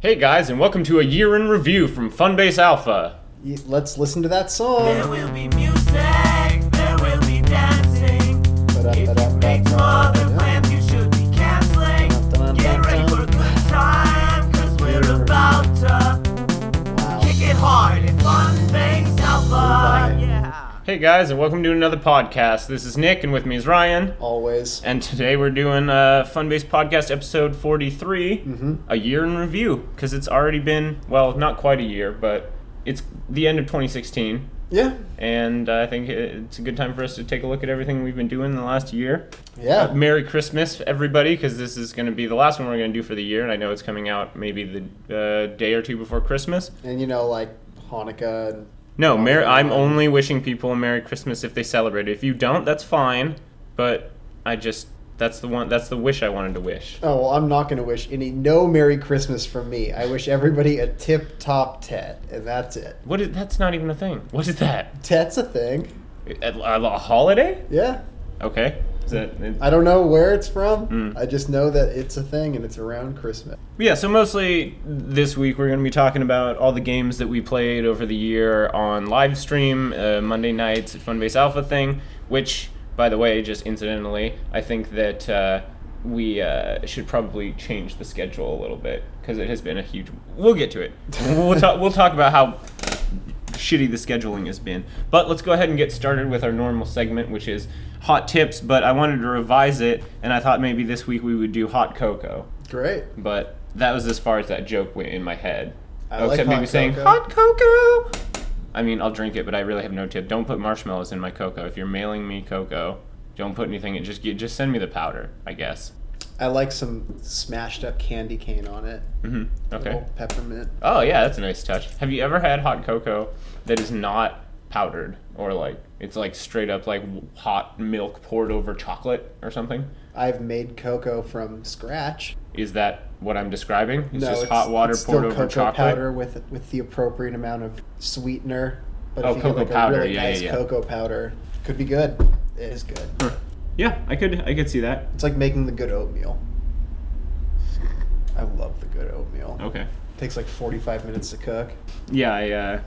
Hey guys, and welcome to a year in review from Funbase Alpha. Y- Let's listen to that song. There will be music, there will be dancing. If you make more than plans, you should be canceling. Get ready for a good time, cause we're about to Wow. kick it hard at Fun Bangs Alpha. Yeah. Hey guys, and welcome to another podcast. This is Nick, and with me is Ryan. Always. And today we're doing a Funbase podcast episode 43, a year in review, because it's already been, well, not quite a year, but it's the end of 2016. Yeah. And I think it's a good time for us to take a look at everything we've been doing in the last year. Uh, Yeah. Merry Christmas, everybody, because this is going to be the last one we're going to do for the year, and I know it's coming out maybe the uh, day or two before Christmas. And you know, like Hanukkah. And, No, Mer- yeah. I'm only wishing people a Merry Christmas if they celebrate. If you don't, that's fine. But I just that's the one that's the wish I wanted to wish. oh well, I'm not gonna wish any no Merry Christmas from me. I wish everybody a tip top tet, and that's it. What is that's not even a thing. What is that? Tet's a thing. A, a- a holiday? Yeah. Okay. Is that it- I don't know where it's from. Mm. I just know that it's a thing and it's around Christmas. Yeah, so mostly this week we're going to be talking about all the games that we played over the year on live stream, uh, Monday nights at Funbase Alpha thing, which, by the way, just incidentally, I think that uh, we uh, should probably change the schedule a little bit because it has been a huge. We'll get to it. we'll, talk, we'll talk about how shitty the scheduling has been. But let's go ahead and get started with our normal segment, which is hot tips, but I wanted to revise it, and I thought maybe this week we would do hot cocoa Great. but that was as far as that joke went in my head. I Oh, like Except hot maybe saying cocoa. hot cocoa. I mean, I'll drink it, but I really have no tip. Don't put marshmallows in my cocoa. If you're mailing me cocoa, don't put anything. It just get- just send me the powder, I guess. I like some smashed up candy cane on it. hmm Okay. Little peppermint. Oh yeah, that's a nice touch. Have you ever had hot cocoa that is not powdered or like it's like straight up like w- hot milk poured over chocolate or something? I've made cocoa from scratch. Is that what I'm describing? It's just hot water it's poured still over cocoa chocolate. powder with with the appropriate amount of sweetener. But Oh, if you get cocoa like powder, a really yeah, yeah, nice yeah. cocoa powder, could be good. It is good. Yeah, I could I could see that. It's like making the good oatmeal. I love the good oatmeal. Okay. takes like 45 minutes to cook. Yeah, I, uh,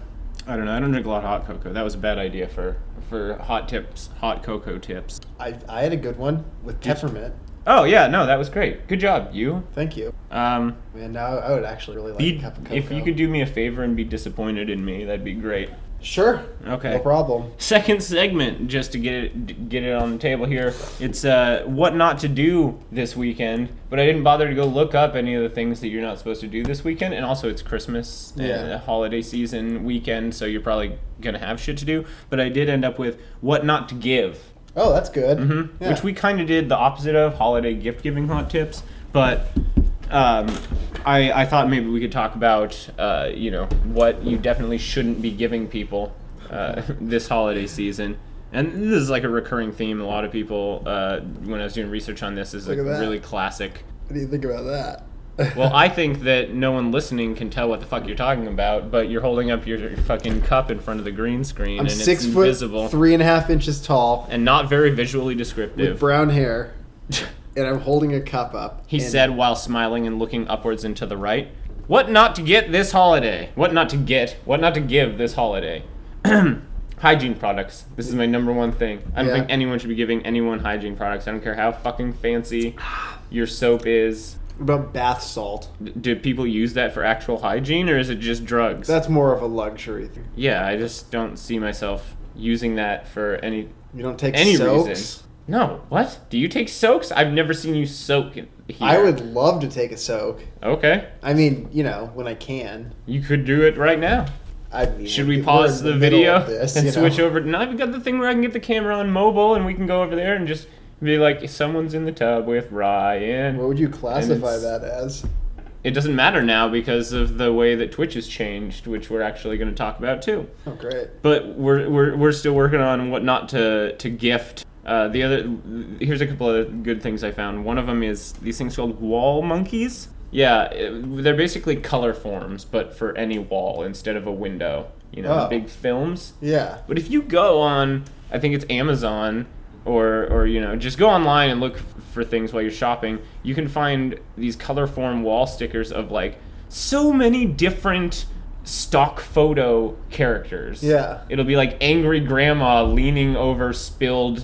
I don't know. I don't drink a lot of hot cocoa. That was a bad idea for for hot tips, hot cocoa tips. I, I had a good one with peppermint. Oh yeah, no, that was great. Good job, you. Thank you. Um, Man, now I would actually really like be, a cup of cocoa. if you could do me a favor and be disappointed in me, that'd be great. Sure. Okay. No problem. Second segment, just to get it get it on the table here. It's uh, what not to do this weekend, but I didn't bother to go look up any of the things that you're not supposed to do this weekend. And also, it's Christmas and Yeah. holiday season weekend, so you're probably gonna have shit to do. But I did end up with what not to give. Oh, that's good. Mhm. Yeah. which we kind of did the opposite of holiday gift giving hot tips but um, I, I thought maybe we could talk about uh, you know what you definitely shouldn't be giving people uh, this holiday season and this is like a recurring theme a lot of people uh, when i was doing research on this is a Look at that. really classic What do you think about that? well i think that no one listening can tell what the fuck you're talking about but you're holding up your fucking cup in front of the green screen I'm and six it's foot invisible three and a half inches tall and not very visually with descriptive brown hair, and I'm holding a cup up. He and said while smiling and looking upwards and to the right. What not to get this holiday? What not to get? What not to give this holiday? hygiene products. This is my number one thing. I don't Yeah. think anyone should be giving anyone hygiene products. I don't care how fucking fancy your soap is. about bath salt. D- Do people use that for actual hygiene or is it just drugs? That's more of a luxury thing. yeah, I just don't see myself using that for any You don't take any soaks. reason. No, what? Do you take soaks? I've never seen you soak here. I would love to take a soak. Okay. I mean, you know, when I can. You could do it right now. I mean, Should we we're pause in the, middle video of this, and you know. switch over? Now I've got the thing where I can get the camera on mobile and we can go over there and just be like, someone's in the tub with Ryan. What would you classify it's- that as? it doesn't matter now because of the way that Twitch has changed, which we're actually going to talk about too. Oh, great. But we're, we're, we're still working on what not to, to gift. Uh, the other here's a couple of good things I found. One of them is these things called wall monkeys. Yeah, it- they're basically color forms, but for any wall instead of a window. You know, Wow. big films. Yeah. But if you go on, I think it's Amazon or or you know, just go online and look f- for things while you're shopping. You can find these color form wall stickers of like so many different stock photo characters. Yeah. It'll be like angry grandma leaning over spilled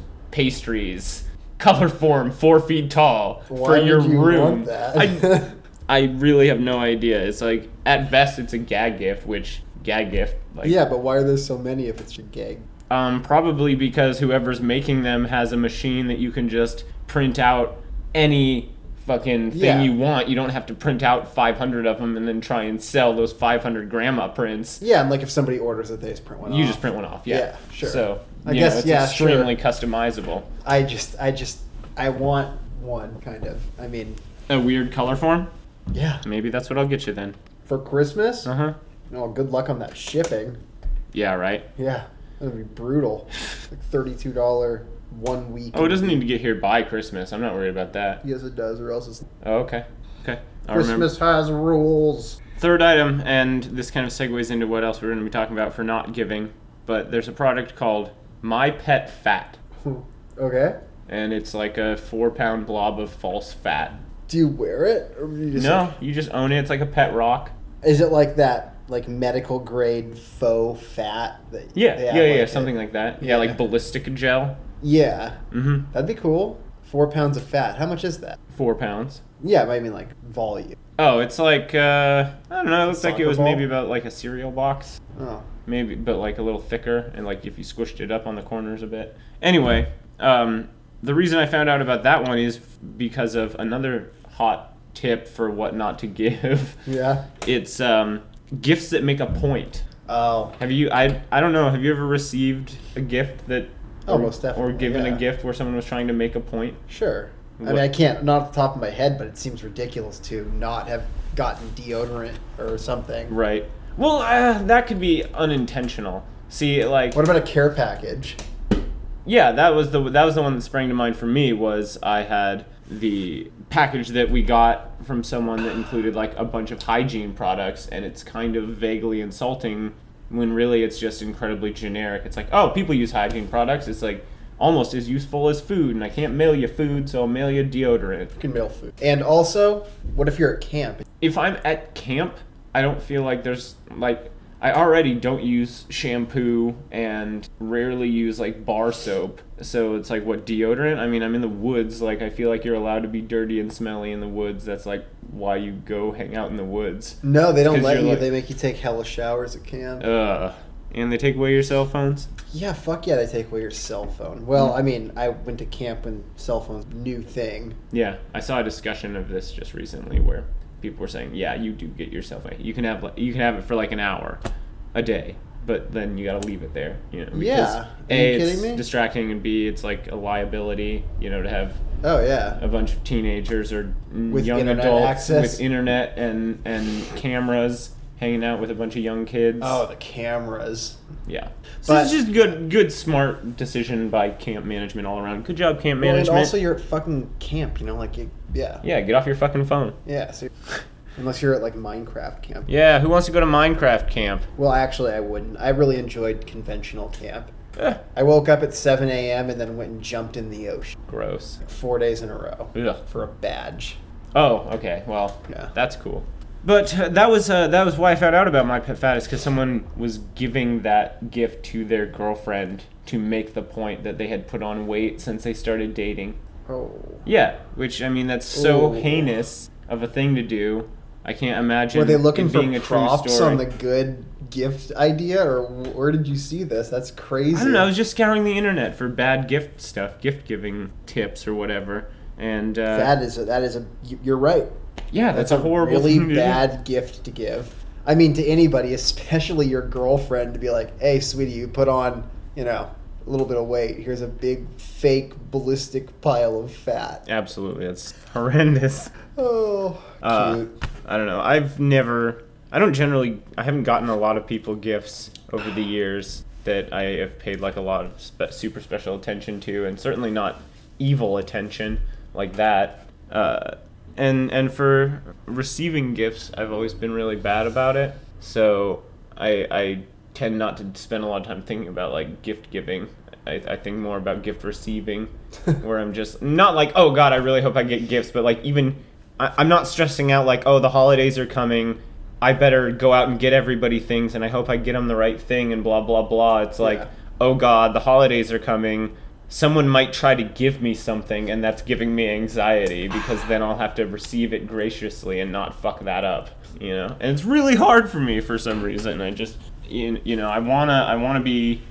pastries, color form, four feet tall for Why your would you room. want that? I, I really have no idea. It's like at best it's a gag gift, which gag gift like yeah, but why are there so many if it's your gag? um, probably because whoever's making them has a machine that you can just print out any fucking thing Yeah. you want. You don't have to print out 500 of them and then try and sell those 500 grandma prints. Yeah, and like if somebody orders it, they just print one. You off. just print one off, yeah. Yeah, sure. So I you guess, know, it's yeah, sure. extremely customizable. I just, I just, I want one kind of. I mean, A weird color form. yeah, Maybe that's what I'll get you then. for Christmas. Uh huh. No, Oh, good luck on that shipping. Yeah. Right. Yeah, that'd be brutal. Like thirty-two dollar one week. Oh, it doesn't need to get here by Christmas. I'm not worried about that. Yes, it does, or else it's Oh, okay. Okay. I'll remember. Christmas has rules. Third item, and this kind of segues into what else we're going to be talking about for not giving, but there's a product called My Pet Fat, okay. and it's like a four pound blob of false fat. Do you wear it? Or you just No, like- you just own it. It's like a pet rock. is it like that, like medical grade faux fat? That Yeah, they yeah, have, yeah, like, something it? like that. Yeah, Yeah. like ballistic gel. Yeah, Mm-hmm. that'd be cool. Four pounds of fat. How much is that? Four pounds. Yeah, but I mean like volume. Oh, it's like uh, I don't know. It looks like it Soccer was ball? maybe about like a cereal box, Oh, maybe, but like a little thicker, and like if you squished it up on the corners a bit. Anyway, um, the reason I found out about that one is because of another hot tip for what not to give. yeah. It's um, gifts that make a point. Oh, Have you? I I don't know. Have you ever received a gift that? Oh, or- most definitely, Or given yeah. a gift where someone was trying to make a point. sure. I What- mean, I can't not off the top of my head, but it seems ridiculous to not have gotten deodorant or something. Right. Well, uh, that could be unintentional. See, like, What about a care package? yeah, that was the that was the one that sprang to mind for me was I had the package that we got from someone that included like a bunch of hygiene products, and it's kind of vaguely insulting when really it's just incredibly generic. It's like, oh, people use hygiene products. It's like almost as useful as food, and I can't mail you food, so I'll mail you deodorant. You can mail food. And also, what if you're at camp? if I'm at camp, I don't feel like there's like I already don't use shampoo and rarely use like bar soap. So it's like what deodorant? I mean, I'm in the woods, like I feel like you're allowed to be dirty and smelly in the woods. That's like why you go hang out in the woods. No, they don't 'Cause let you're you. like- They make you take hella showers at camp. Ugh. And they take away your cell phones? yeah, fuck yeah, they take away your cell phone. Well, I mean, I went to camp when cell phones were a new thing. Yeah, I saw a discussion of this just recently where people were saying, "Yeah, you do get your cell phone. You can have like, you can have it for like an hour a day, but then you got to leave it there." You know, because Yeah, are A, you kidding it's me? distracting, and B, it's like a liability. You know, to have Oh yeah, a bunch of teenagers or n- With young internet adults access? with internet and and cameras hanging out with a bunch of young kids. Oh, the cameras. yeah. So it's but- just good, good, smart decision by camp management all around. Good job, camp Well, and management. also, you're at fucking camp. You know, like you, yeah, yeah, get off your fucking phone. yeah. So, unless you're at like Minecraft camp. Yeah, who wants to go to Minecraft camp? Well, actually, I wouldn't. I really enjoyed conventional camp. Eh, I woke up at 7 a.m. and then went and jumped in the ocean gross. four days in a row Ugh. for a badge. Oh, okay. Well, Yeah. that's cool. But uh, that was uh, that was why I found out about my pet fat is because someone was giving that gift to their girlfriend to make the point that they had put on weight since they started dating. Oh. Yeah, which I mean that's so Ooh. heinous of a thing to do. I can't imagine. Were they looking it for being a true props story. on the good gift idea, or where did you see this? That's crazy. I don't know. I was just scouring the internet for bad gift stuff, gift giving tips or whatever. And uh, That is a, that is a. you- You're right. yeah, that's, a horrible, really thing to do. bad gift to give. I mean, to anybody, especially your girlfriend, to be like, "Hey, sweetie, you put on, you know, a little bit of weight. Here's a big fake ballistic pile of fat." Absolutely, that's horrendous. Oh, Uh, cute. I don't know. I've never. I don't generally. I haven't gotten a lot of people gifts over the years that I have paid like a lot of spe- super special attention to, and certainly not evil attention like that. Uh, and and for receiving gifts, I've always been really bad about it. So I I tend not to spend a lot of time thinking about like gift giving. I, I think more about gift receiving, where I'm just not like, oh God, I really hope I get gifts, but like even I, I'm not stressing out like, oh, the holidays are coming. I better go out and get everybody things and I hope I get them the right thing and blah, blah, blah. It's like, Yeah. oh God, the holidays are coming. Someone might try to give me something and that's giving me anxiety because then I'll have to receive it graciously and not fuck that up, you know? And it's really hard for me for some reason. I just, you you know, I wanna, I wanna be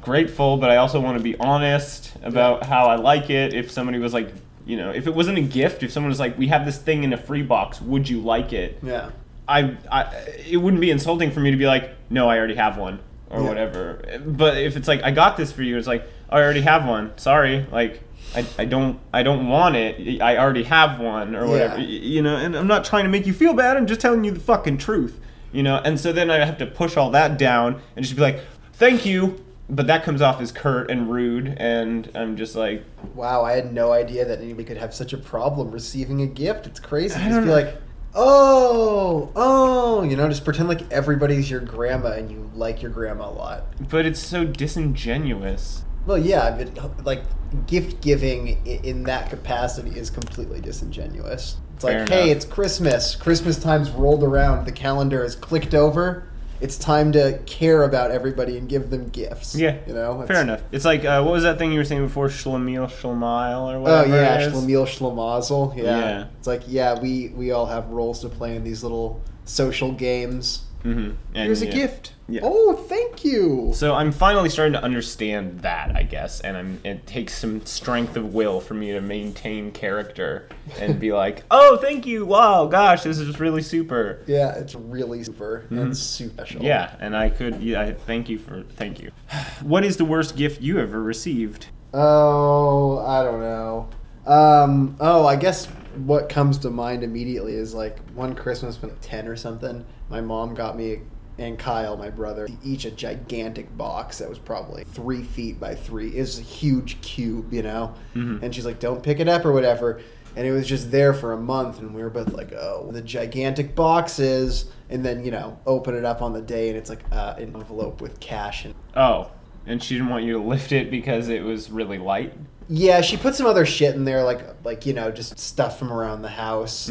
grateful, but I also want to be honest about how I like it. If somebody was like, you know, if it wasn't a gift, if someone was like, "We have this thing in a free box. Would you like it?" Yeah. I, I, it wouldn't be insulting for me to be like, "No, I already have one," or Yeah. whatever. But if it's like, "I got this for you," it's like, "I already have one. Sorry." Like. I, I don't I don't want it. I already have one or whatever. Yeah. Y- You know, and I'm not trying to make you feel bad. I'm just telling you the fucking truth. You know, and so then I have to push all that down and just be like, "Thank you," but that comes off as curt and rude, and I'm just like, Wow, I had no idea that anybody could have such a problem receiving a gift. It's crazy. I Just don't be know. like, oh, oh, you know, just pretend like everybody's your grandma and you like your grandma a lot. "But it's so disingenuous." Well, yeah, but like gift giving i- in that capacity is completely disingenuous. It's like, Fair hey, enough. it's Christmas. Christmas time's rolled around. The calendar is clicked over. It's time to care about everybody and give them gifts. Yeah, you know, fair It's- enough. It's like uh, what was that thing you were saying before, schlemiel, schlemiel, or Oh whatever. yeah, it is? Schlemiel Schlemazel. Yeah. Yeah. it's like yeah, we we all have roles to play in these little social games. Mhm, and Here's a yeah. gift. Yeah. Oh, thank you. So I'm finally starting to understand that, I guess, and I'm, it takes some strength of will for me to maintain character and be like, "Oh, thank you! Wow, gosh, this is really super." Yeah, it's really super and super special. Mm-hmm. Yeah, and I could. Yeah, I- thank you for thank you. What is the worst gift you ever received? Oh, I don't know. Um, oh, I guess what comes to mind immediately is like one Christmas when I was 10 or something, my mom got me and Kyle, my brother, each a gigantic box that was probably three feet by three. It was a huge cube, you know? And she's like, don't pick it up or whatever. And it was just there for a month, and we were both like, oh, the gigantic boxes. And then, you know, open it up on the day, and it's like uh, an envelope with cash and Oh, and she didn't want you to lift it because it was really light. Yeah, she put some other shit in there, like like you know, just stuff from around the house.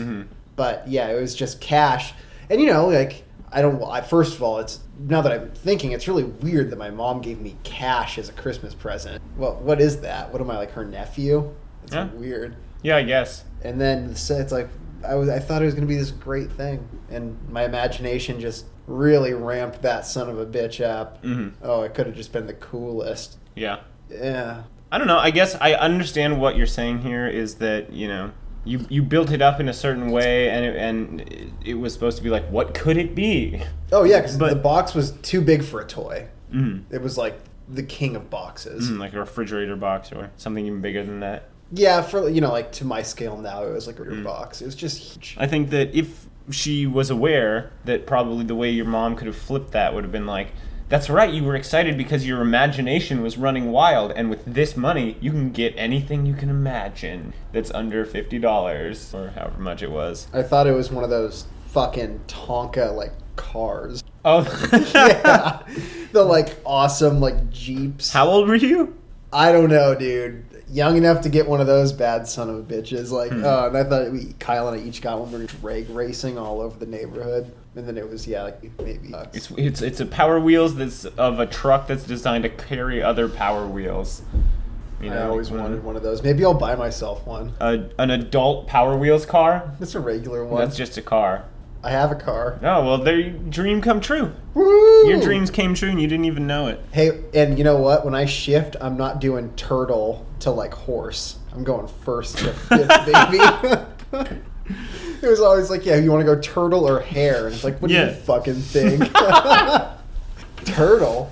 But yeah, it was just cash, and you know, like I don't. I, first of all, it's now that I'm thinking, it's really weird that my mom gave me cash as a Christmas present. Well, what is that? What am I like her nephew? It's Yeah. weird. Yeah, I guess. And then so it's like I was. I thought it was gonna be this great thing, and my imagination just really ramped that son of a bitch up. Mhm. Oh, it could have just been the coolest. Yeah. Yeah. I don't know. I guess I understand what you're saying here is that you know you you built it up in a certain way and it, and it- it was supposed to be like what could it be? Oh yeah, because But- the box was too big for a toy. Mm. It was like the king of boxes. Mm, like a refrigerator box or something even bigger than that. Yeah, for you know, like to my scale now, it was like a real box. It was just huge. Mm. I think that if she was aware that probably the way your mom could have flipped that would have been like that's right you were excited because your imagination was running wild and with this money you can get anything you can imagine that's under $50 or however much it was I thought it was one of those fucking Tonka like cars. oh yeah, the like awesome like jeeps. how old were you I don't know, dude. Young enough to get one of those bad son of bitches. Like, Hmm. oh, and I thought we, Kyle and I each got one. We were drag racing all over the neighborhood, and then it was yeah, like maybe. uh, It's it's it's a power wheels that's of a truck that's designed to carry other power wheels. You I always like wanted one of those. Maybe I'll buy myself one. a, an adult power wheels car. It's a regular one. That's just a car. I have a car. Oh well, their dream come true. Woo! Your dreams came true, and you didn't even know it. Hey, and you know what? When I shift, I'm not doing turtle to like horse. I'm going first to fifth, baby. it was always like, yeah, you want to go turtle or hare? And it's like, what do Yeah. you fucking think? turtle?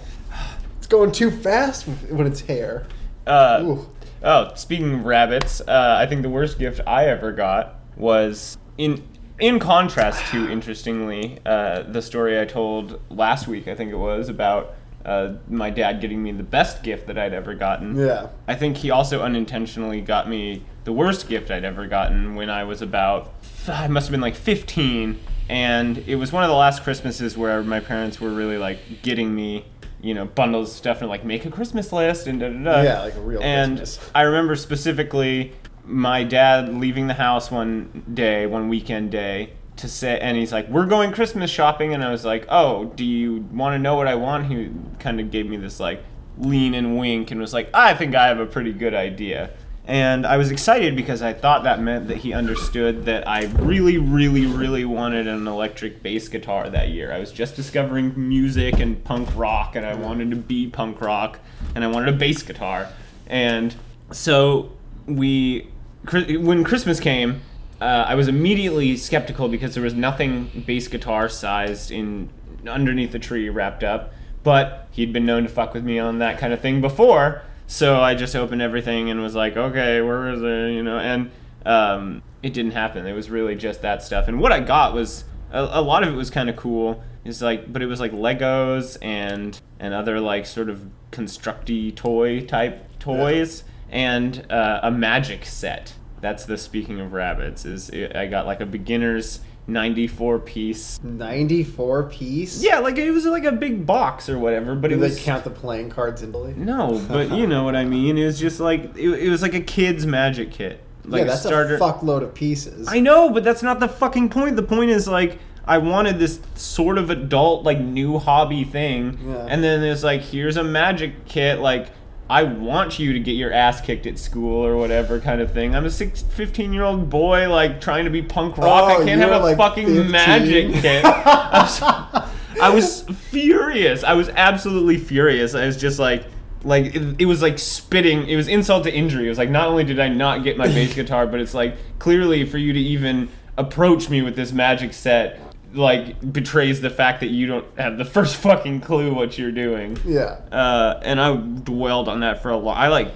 It's going too fast when it's hare. Uh, Ooh. Oh, speaking of rabbits, uh, I think the worst gift I ever got was in in contrast to interestingly uh, the story I told last week. I think it was about uh, my dad getting me the best gift that I'd ever gotten. Yeah. I think he also unintentionally got me the worst gift I'd ever gotten when I was about, I must have been like 15. And it was one of the last Christmases where my parents were really like getting me, you know, bundles of stuff and like make a Christmas list and da da da. Yeah, like a real And Christmas. I remember specifically my dad leaving the house one day, one weekend day, to say, and he's like, "We're going Christmas shopping," and I was like, "Oh, do you want to know what I want?" He kind of gave me this like lean and wink, and was like, "I think I have a pretty good idea." And I was excited because I thought that meant that he understood that I really, really, really wanted an electric bass guitar that year. I was just discovering music and punk rock, and I wanted to be punk rock, and I wanted a bass guitar. And so we, Chri- when Christmas came, uh, I was immediately skeptical because there was nothing bass guitar sized in underneath the tree wrapped up. But he'd been known to fuck with me on that kind of thing before, so I just opened everything and was like, okay, where is it? You know, and um, it didn't happen. It was really just that stuff. And what I got was a, a lot of it was kind of cool. It's like, but it was like Legos and and other like sort of constructy toy type toys and uh, a magic set. That's the speaking of rabbits. Is I got like a beginner's ninety four piece. 94 piece? Yeah, like it was like a big box or whatever, but Do it they was count the playing cards in Italy? no, but you know what I mean. It was just like it, it was like a kid's magic kit, like yeah, that's starter. a fuckload of pieces. I know, but that's not the fucking point. The point is like I wanted this sort of adult like new hobby thing, Yeah. and then it's like here's a magic kit like. I want you to get your ass kicked at school or whatever kind of thing. I'm a six, 15 year old boy, like trying to be punk rock. Oh, I can't you have a were, like, fucking 15. magic kit. I was- I was furious. I was absolutely furious. I was just like, like it, it was like spitting. It was insult to injury. It was like not only did I not get my bass guitar, but it's like clearly for you to even approach me with this magic set, like betrays the fact that you don't have the first fucking clue what you're doing. Yeah. Uh, and I dwelled on that for a while. I like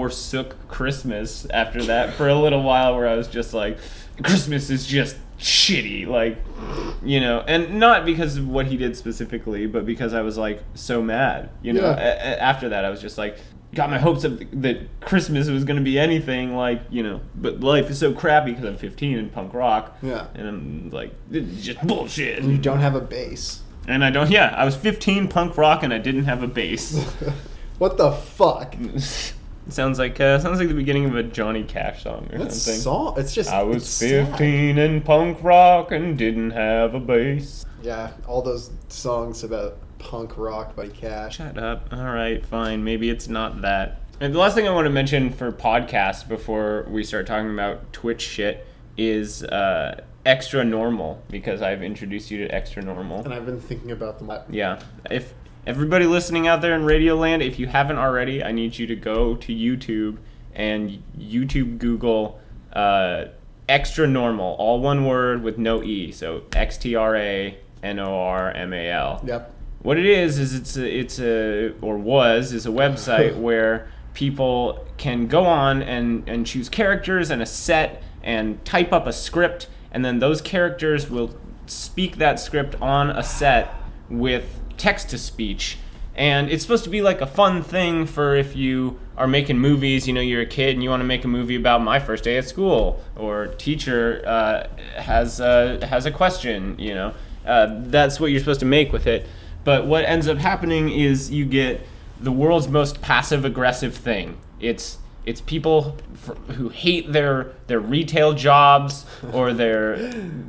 forsook Christmas after that for a little while, where I was just like, Christmas is just shitty, like, you know, and not because of what he did specifically, but because I was like so mad, you know. Yeah. A- a- after that, I was just like, got my hopes up that Christmas was going to be anything like, you know, but life is so crappy because I'm 15 and punk rock, Yeah. and I'm like, this is just bullshit. And you don't have a base. And I don't, yeah, I was 15 punk rock and I didn't have a bass. what the fuck? sounds like uh, sounds like the beginning of a Johnny Cash song or That something. song. It's just. I was it's sad. 15 and punk rock and didn't have a bass. Yeah, all those songs about punk rock by Cash. Shut up. All right, fine. Maybe it's not that. And the last thing I want to mention for podcasts before we start talking about Twitch shit is uh, Extra Normal because I've introduced you to Extra Normal. And I've been thinking about them. Yeah. If everybody listening out there in Radio Land, if you haven't already, I need you to go to YouTube and YouTube Google uh, extra normal, all one word with no E. So X T R A N O R M A L. Yep. What it is is it's a, it's a or was is a website where people can go on and and choose characters and a set and type up a script and then those characters will speak that script on a set with text to speech and it's supposed to be like a fun thing for if you are making movies you know you're a kid and you want to make a movie about my first day at school or teacher uh, has a, has a question you know uh, that's what you're supposed to make with it but what ends up happening is you get the world's most passive aggressive thing it's it's people fr who hate their their retail jobs or their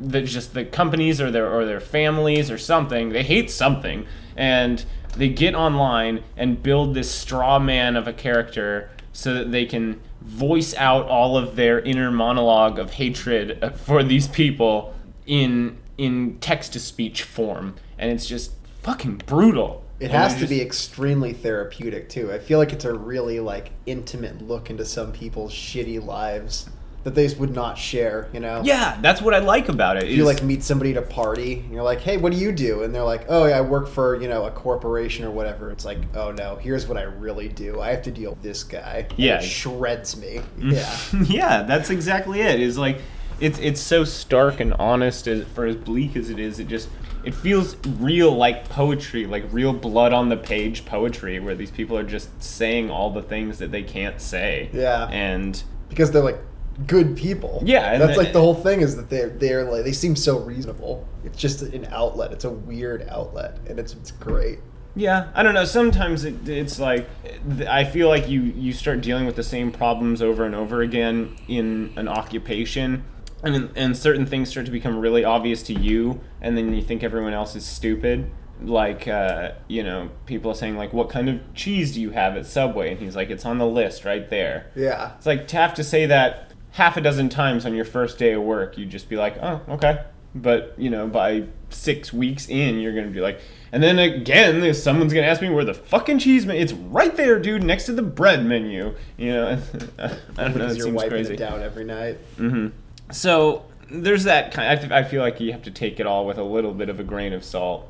the, just the companies or their or their families or something. They hate something, and they get online and build this straw man of a character so that they can voice out all of their inner monologue of hatred uh, for these people in in text to speech form, and it's just fucking brutal. It And has you to just- be extremely therapeutic too. I feel like it's a really like intimate look into some people's shitty lives that they would not share. You know. Yeah, that's what I like about it. If you is- like meet somebody at a party and you're like, "Hey, what do you do?" and they're like, "Oh, yeah, I work for you know a corporation or whatever." It's like, "Oh no, here's what I really do. I have to deal with this guy. And Yeah. Mm. it shreds me. Yeah, yeah, that's exactly it. It's like it's it's so stark and honest as, for as bleak as it is. It just it feels real, like poetry, like real blood on the page poetry, where these people are just saying all the things that they can't say. Yeah. and because they're like good people. Yeah, and that's the- like the whole thing is that they're they're like they seem so reasonable. It's just an outlet. It's a weird outlet, and it's it's great. Yeah, I don't know. Sometimes it, it's like th- I feel like you you start dealing with the same problems over and over again in an occupation, and and certain things start to become really obvious to you, and then you think everyone else is stupid. Like uh, you know, people are saying like, "What kind of cheese do you have at Subway?" And he's like, "It's on the list right there." Yeah. It's like to have to say that half a dozen times on your first day of work, you'd just be like, "Oh, okay." But you know, by six weeks in, you're gonna be like, and then again, there's- someone's gonna ask me where the fucking cheese. Ma- it's right there, dude, next to the bread menu. You know, I don't know. Because It you're seems wiping crazy. it down every night. hmm So there's that kind. I, I feel like you have to take it all with a little bit of a grain of salt,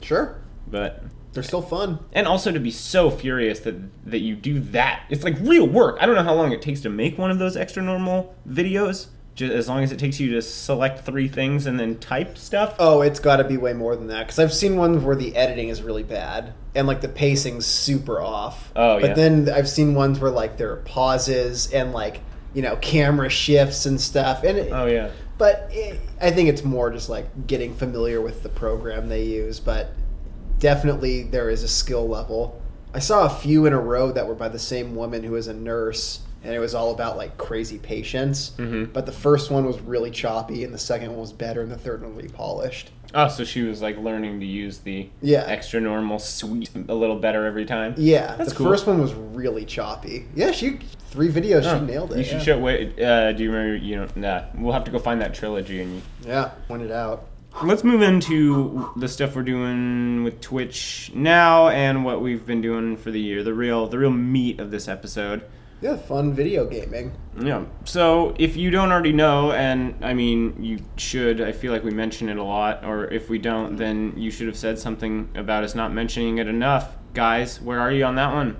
Sure. but They're still fun. and also to be so furious that that you do that. It's like real work. I don't know how long it takes to make one of those extra normal videos. Just as long as it takes you to select three things and then type stuff. Oh, it's got to be way more than that because I've seen ones where the editing is really bad and like the pacing's super off. Oh, yeah. But then I've seen ones where like there are pauses and like you know camera shifts and stuff. And it, Oh yeah. but it, I think it's more just like getting familiar with the program they use. But definitely there is a skill level. I saw a few in a row that were by the same woman who is a nurse, and it was all about like crazy patients. Mhm. But the first one was really choppy, and the second one was better, and the third one really polished. Oh, so she was like learning to use the Yeah. extra normal sweet a little better every time. Yeah, That's the cool. first one was really choppy. Yeah, she three videos Oh, she nailed it. You should yeah. show. Wait, uh, do you remember? You know, nah. We'll have to go find that trilogy and Yeah, point it out. Let's move into the stuff we're doing with Twitch now and what we've been doing for the year. The real the real meat of this episode. Yeah, fun video gaming. Yeah. So if you don't already know, and I mean you should, I feel like we mention it a lot, or if we don't, then you should have said something about us not mentioning it enough. Guys, where are you on that one?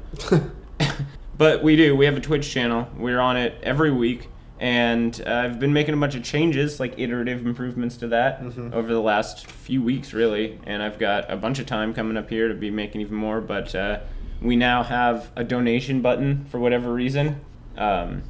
but we do. We have a Twitch channel. We're on it every week, and uh, I've been making a bunch of changes, like iterative improvements to that, over the last few weeks, really. And I've got a bunch of time coming up here to be making even more. But uh, we now have a donation button for whatever reason. Um,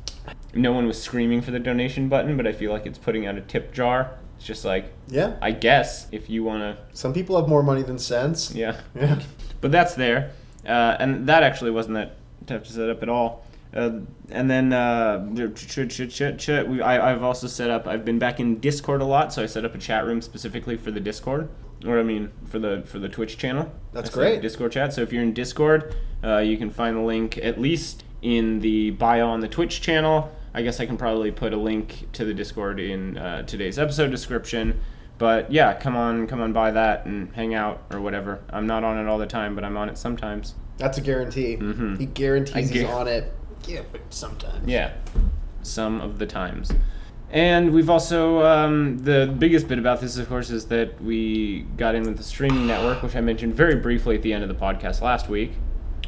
no one was screaming for the donation button, but I feel like it's putting out a tip jar. It's just like, yeah, I guess if you wanna, some people have more money than sense. yeah Yeah. but that's there, uh, and that actually wasn't that tough to set up at all. Uh, and then uh, ch- ch- ch- ch- ch- we, I, I've also set up. I've been back in Discord a lot, so I set up a chat room specifically for the Discord, or I mean for the for the Twitch channel. That's I set up a great. Discord chat. So if you're in Discord, uh, you can find the link at least in the bio on the Twitch channel. I guess I can probably put a link to the Discord in uh, today's episode description. But yeah, come on, come on by that and hang out or whatever. I'm not on it all the time, but I'm on it sometimes. That's a guarantee. Mhm. He I guarantees he's guar- on it. Yeah, but sometimes. Yeah, some of the times. And we've also um, the biggest bit about this, of course, is that we got in with the streaming network, which I mentioned very briefly at the end of the podcast last week.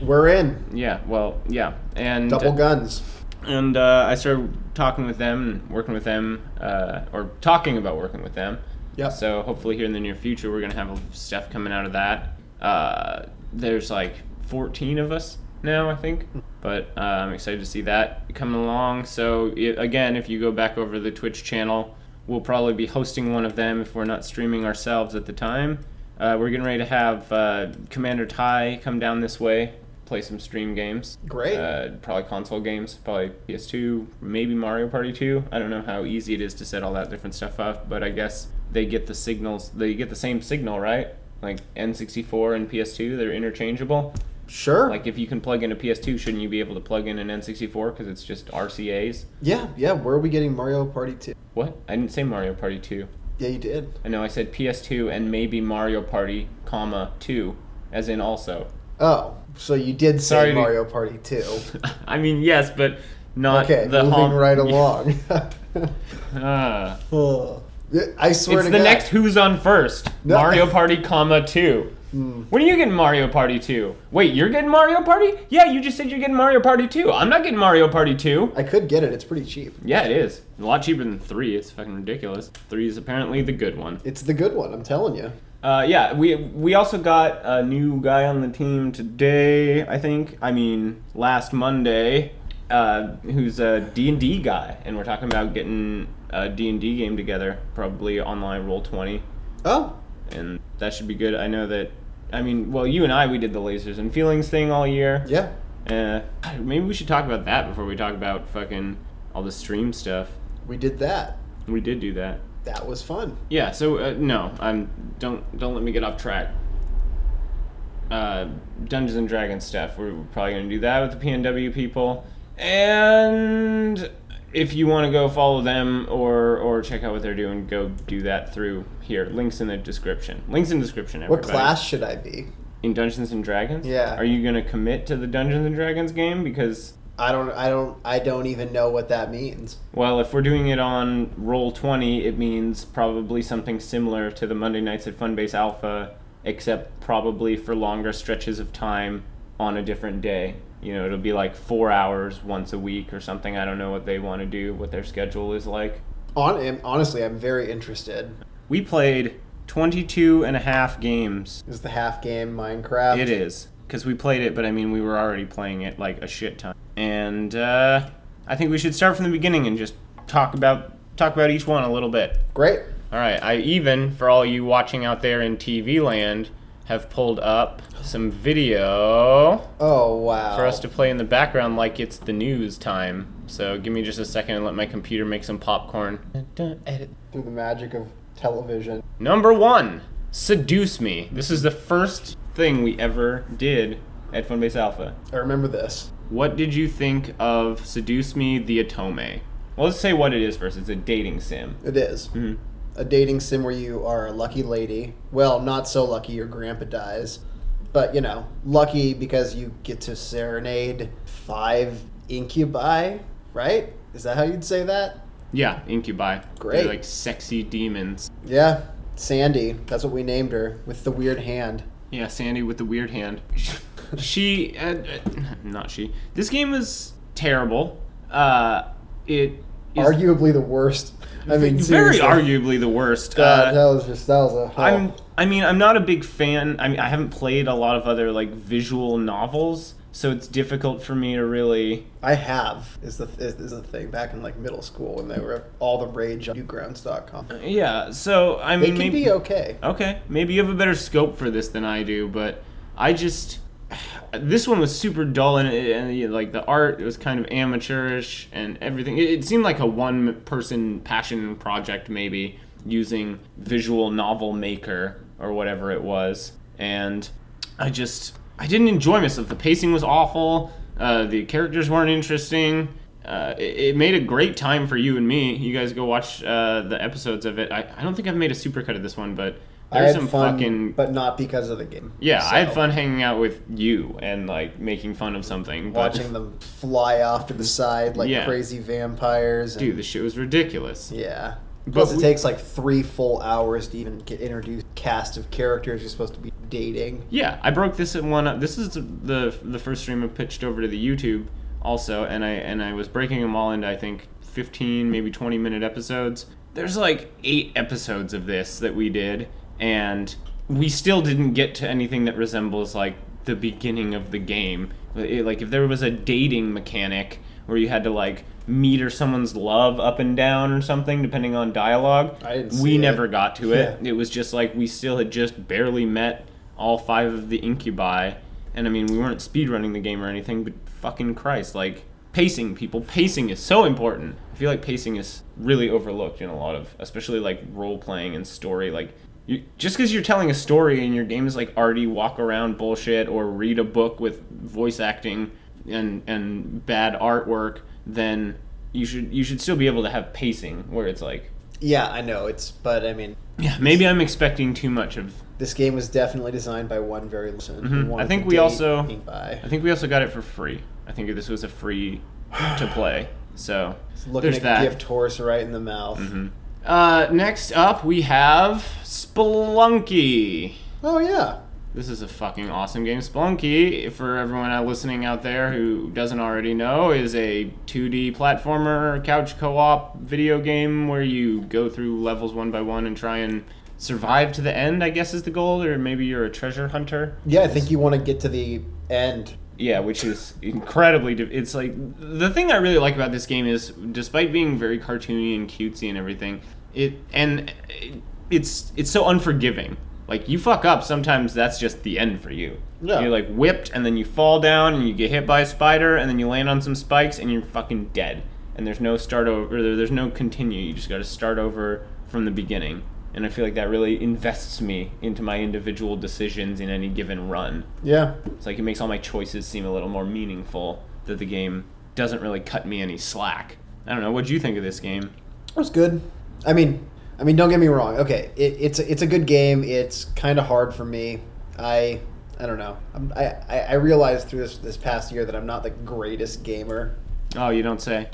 We're in. Yeah, well, yeah, and Double guns. and uh, I started talking with them and working with them, uh, or talking about working with them. Yep. So hopefully here in the near future we're gonna have stuff coming out of that. Uh, there's like 14 of us now, I think, but uh, I'm excited to see that coming along. So i again, if you go back over the Twitch channel, we'll probably be hosting one of them if we're not streaming ourselves at the time. Uh, we're getting ready to have uh, Commander Ty come down this way, play some stream games. Great. Uh, probably console games, probably PS2, maybe Mario Party 2. I don't know how easy it is to set all that different stuff up, but I guess they get the signals. They get the same signal, right? Like N64 and PS2, they're interchangeable. Sure. Like if you can plug in a PS2, shouldn't you be able to plug in an N64 because it's just RCAs? yeah, yeah. Where are we getting Mario Party 2? What? I didn't say Mario Party 2. Yeah, you did. I know I said PS2 and maybe Mario Party, comma 2, as in also. Oh, so you did say Sorry to- Mario Party 2. I mean yes, but not Okay, the moving hom- right along. Ah. Oh. Yeah, I swear it's to the God. next who's on first. No. Mario Party, comma two. When are you getting Mario Party two? Wait, you're getting Mario Party? Yeah, you just said you're getting Mario Party two. I'm not getting Mario Party two. I could get it. It's pretty cheap. Yeah, it is a lot cheaper than three. It's fucking ridiculous. Three is apparently the good one. It's the good one. I'm telling you. Uh, yeah, we we also got a new guy on the team today. I think. I mean, last Monday. Uh, who's a D&D guy, and we're talking about getting a D&D game together, probably online roll 20. Oh, and that should be good. I know that. I mean, well, you and I we did the lasers and feelings thing all year. yeah. Uh, God, maybe we should talk about that before we talk about fucking all the stream stuff. We did that. We did do that. That was fun. Yeah. So uh, no, I'm don't don't let me get off track. Uh, Dungeons and Dragons stuff. We're probably gonna do that with the PNW people, and if you want to go follow them or or check out what they're doing, go do that through here. Links in the description. Links in the description. What Everybody. class should I be? in Dungeons and Dragons? Yeah. Are you gonna commit to the Dungeons and Dragons game because? I don't. I don't. I don't even know what that means. Well, if we're doing it on roll 20, it means probably something similar to the Monday nights at Funbase Alpha, except probably for longer stretches of time on a different day. You know, it'll be like four hours once a week or something. I don't know what they want to do, what their schedule is like. On am- honestly, I'm very interested. We played 22 and a half games. Is the half game Minecraft? It is. Because we played it, but I mean, we were already playing it like a shit ton. And uh, I think we should start from the beginning and just talk about talk about each one a little bit. Great. All right, I even, for all you watching out there in TV land, have pulled up some video Oh wow. for us to play in the background like it's the news time. So give me just a second and let my computer make some popcorn. through the magic of television. Number one, Seduce Me. This is the first thing we ever did at Funbase Alpha. I remember this. What did you think of Seduce Me the Atome? Well, let's say what it is first. It's a dating sim. It is. Mhm. a dating sim where you are a lucky lady. Well, not so lucky your grandpa dies, but you know, lucky because you get to serenade five incubi, right? Is that how you'd say that? Yeah, Incubi. Great. They're like sexy demons. Yeah, Sandy. That's what we named her with the weird hand. Yeah, Sandy with the weird hand. she, uh, uh, not she. This game is terrible. Uh, it is Arguably the worst. I mean, very seriously. arguably the worst. God, that Uh, was just that was a. hell. I'm. I mean, I'm not a big fan. I mean, I haven't played a lot of other like visual novels, so it's difficult for me to really. I have is the is, is the thing back in like middle school when they were all the rage on newgrounds.com. Yeah. So Uh, I They mean, can maybe be okay. Okay, maybe you have a better scope for this than I do, but I just this one was super dull and, and like the art it was kind of amateurish and everything. It, it seemed like a one person passion project maybe using visual novel maker or whatever it was, and I just I didn't enjoy myself. The pacing was awful. Uh, the characters weren't interesting. Uh, it, it made a great time for you and me. You guys go watch uh, the episodes of it. I, I don't think I've made a supercut of this one, but I there's had some fun, fucking but not because of the game. yeah. I had So, fun hanging out with you and like making fun of something. But, watching them fly off to the side like Yeah. crazy vampires. And, dude, the shit was ridiculous. yeah. Plus, we- it takes like three full hours to even get introduced cast of characters you're supposed to be dating. Yeah, I broke this in one. This is the the first stream I pitched over to the YouTube also, and I and I was breaking them all into I think fifteen, maybe twenty minute episodes. There's like eight episodes of this that we did, and we still didn't get to anything that resembles like the beginning of the game. It- Like if there was a dating mechanic where you had to like meter someone's love up and down or something depending on dialogue, I didn't we see never it. got to it. Yeah. It was just like we still had just barely met all five of the incubi, and I mean we weren't speedrunning the game or anything, but fucking Christ, like pacing, people, pacing is so important. I feel like pacing is really overlooked in a lot of, especially like role playing and story. Like you, just because you're telling a story and your game is like already walk around bullshit or read a book with voice acting and and bad artwork, then you should you should still be able to have pacing where it's like Yeah, I know it's, but I mean, yeah, maybe I'm expecting too much of. this game was definitely designed by one very person. Mhm. who wanted I think to we date also- by. I think we also got it for free. I think this was a free to play. So looking there's at that. gift horse right in the mouth. Uh, next up, we have Spelunky. Oh yeah, This is a fucking awesome game. Spelunky, for everyone out listening out there who doesn't already know, is a 2D platformer couch co-op video game where you go through levels one by one and try and survive to the end. I guess is the goal, or maybe you're a treasure hunter. yeah. I think you want to get to the end. Yeah, which is incredibly. Div- it's like the thing I really like about this game is, despite being very cartoony and cutesy and everything, it and it, it's it's so unforgiving. Like you fuck up, sometimes that's just the end for you. Yeah. You're like whipped, and then you fall down, and you get hit by a spider, and then you land on some spikes, and you're fucking dead. And and there's no start over. Or there- there's no continue. You just got to start over from the beginning. And I feel like that really invests me into my individual decisions in any given run. Yeah. It's like it makes all my choices seem a little more meaningful. That the game doesn't really cut me any slack. I don't know. What do you think of this game? It was good. I mean, I mean, don't get me wrong. Okay, it, it's a, it's a good game. It's kind of hard for me. I I don't know. I'm, I I I realized through this this past year that I'm not the greatest gamer. Oh, you don't say.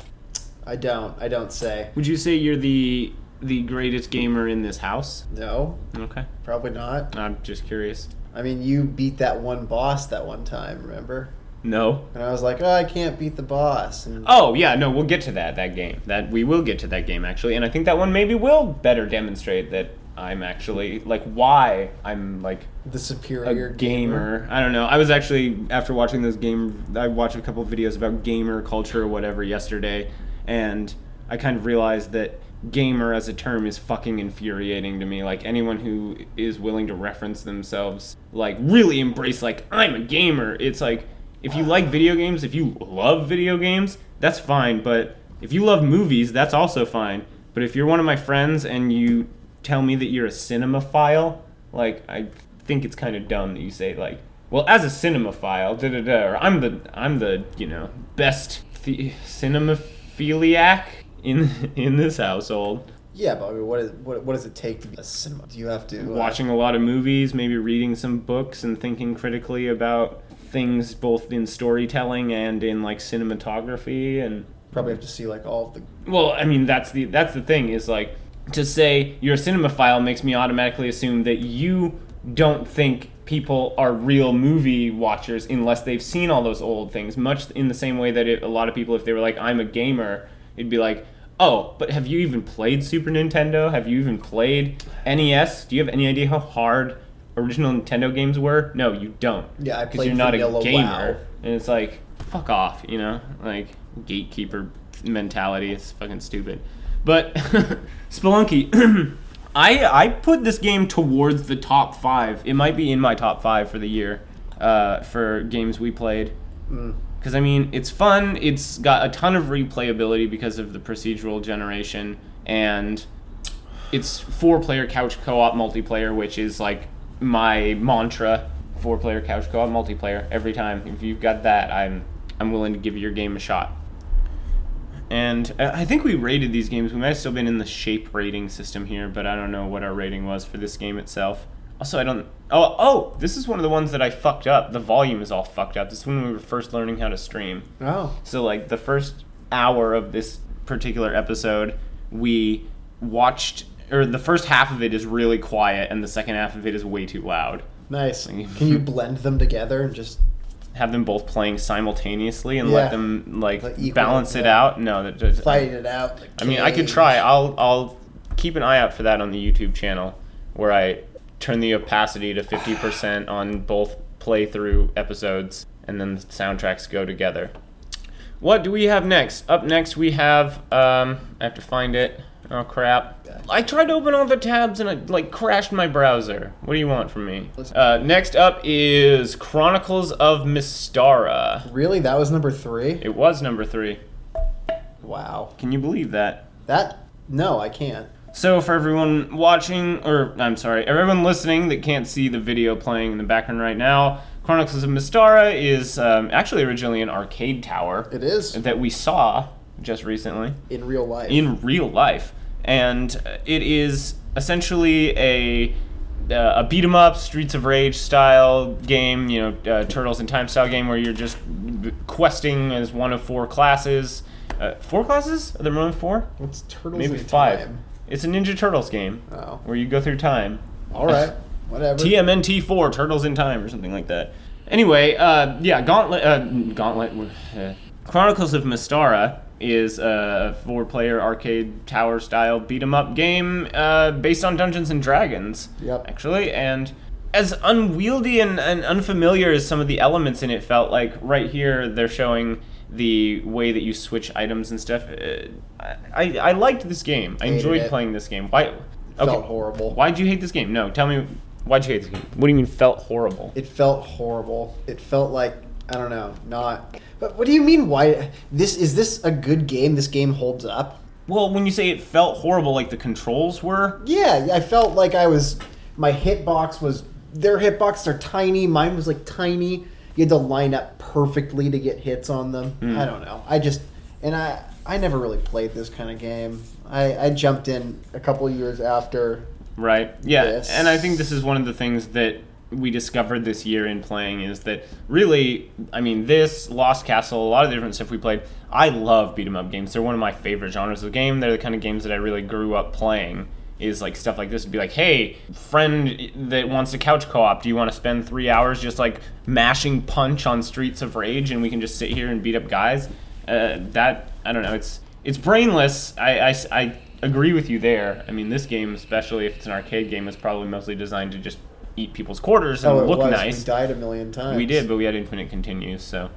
I don't. I don't say Would you say you're the the greatest gamer in this house? no. Okay. Probably not. I'm just curious. I mean, you beat that one boss that one time. Remember? No. And I was like, oh, I can't beat the boss. And Oh yeah, no, we'll get to that that game. That we will get to that game actually, and I think that one maybe will better demonstrate that I'm actually like why I'm like the a superior gamer. I don't know. I was actually after watching those game, I watched a couple of videos about gamer culture or whatever yesterday, and I kind of realized that gamer as a term is fucking infuriating to me. Like anyone who is willing to reference themselves, like really embrace like I'm a gamer. It's like if you like video games, if you love video games, that's fine. But if you love movies, that's also fine. But if you're one of my friends and you tell me that you're a cinemaphile, like I think it's kind of dumb that you say like, well, as a cinemaphile, da da da, or I'm the I'm the you know best the- cinemaphiliac in in this household. Yeah, but I mean, what, is, what, what does it take to be a cinema? Do you have to uh, Watching a lot of movies, maybe reading some books, and thinking critically about things both in storytelling and in like cinematography and Probably have to see like all of the Well, I mean, that's the that's the thing is like to say you're a cinemaphile makes me automatically assume that you don't think people are real movie watchers unless they've seen all those old things. Much in the same way that it, a lot of people, if they were like, "I'm a gamer," it'd be like. Oh, but have you even played Super Nintendo? Have you even played NES? Do you have any idea how hard original Nintendo games were? No, you don't. Yeah, I because played you're not vanilla a WoW. gamer, and it's like fuck off, you know, like gatekeeper mentality. It's fucking stupid. But Spelunky, I I put this game towards the top five. It might be in my top five for the year, uh, for games we played. Because I mean, it's fun. It's got a ton of replayability because of the procedural generation and it's four player couch co-op multiplayer which is like my mantra four player couch co-op multiplayer every time if you've got that i'm i'm willing to give your game a shot and uh, i I think we rated these games we might have still been in the shape rating system here but i don't know what our rating was for this game itself also i don't oh oh this is one of the ones that i fucked up the volume is all fucked up this is when we were first learning how to stream oh so like the first hour of this particular episode, we watched or the first half of it is really quiet and the second half of it is way too loud. nice. Can you blend them together and just Have them both playing simultaneously and Yeah. let them like Like equal, balance it yeah. out. No, that just, fight it out? like, I mean, I could cage? try. I'll I'll keep an eye out for that on the YouTube channel where I turn the opacity to 50% on both playthrough episodes and then the soundtracks go together. What do we have next? Up next we have um I have to find it. Oh crap. I tried to open all the tabs and it like crashed my browser. What do you want from me? Uh, next up is Chronicles of Mistara. Really, that was number three. It was number 3. Wow, Can you believe that? that no, I can't. So for everyone watching, or I'm sorry, everyone listening that can't see the video playing in the background right now, Chronicles of Mistara is um, actually originally an arcade tower It is that we saw just recently in real life. in real life, and uh, it is essentially a uh, a beat 'em up, Streets of Rage style game. You know, uh, Turtles in Time style game where you're just questing as one of four classes. Uh, four classes? Are there only four? What's turtles? Maybe in five. Time? It's a Ninja Turtles game Oh, where you go through time. all right, whatever. TMNT four Turtles in Time or something like that. Anyway, uh, yeah, Gauntlet, uh, Gauntlet, uh, Chronicles of Mistara is a four-player arcade tower-style beat 'em up game uh, based on Dungeons and Dragons. Yep. Actually, and as unwieldy and, and unfamiliar as some of the elements in it felt, like right here they're showing the way that you switch items and stuff. Uh, I, I liked this game. I Hated enjoyed it. playing this game. Why? Felt horrible. Why'd you hate this game? No, tell me. Why'd you hate this game? What do you mean felt horrible? It felt horrible. It felt like I don't know, not. But what do you mean? Why this is this a good game? This game holds up. Well, when you say it felt horrible, like the controls were, Yeah, I felt like I was. My hitbox was. Their hitboxes are tiny. Mine was like tiny. You had to line up perfectly to get hits on them. Hmm. I don't know. I just and I I never really played this kind of game. I, I jumped in a couple years after. right? Yeah, Yes. and I think this is one of the things that we discovered this year in playing is that really, I mean, this Lost Castle, a lot of the different stuff we played. I love beat 'em up games. They're one of my favorite genres of game. They're the kind of games that I really grew up playing. Is like stuff like this would be like, hey, friend that wants to couch co-op, do you want to spend three hours just like mashing punch on Streets of Rage, and we can just sit here and beat up guys? Uh, that I don't know. It's it's brainless. I, I s- I agree with you there. I mean, this game, especially if it's an arcade game, is probably mostly designed to just eat people's quarters and Oh, it look was. nice. We died a million times. We did, but we had infinite continues. So,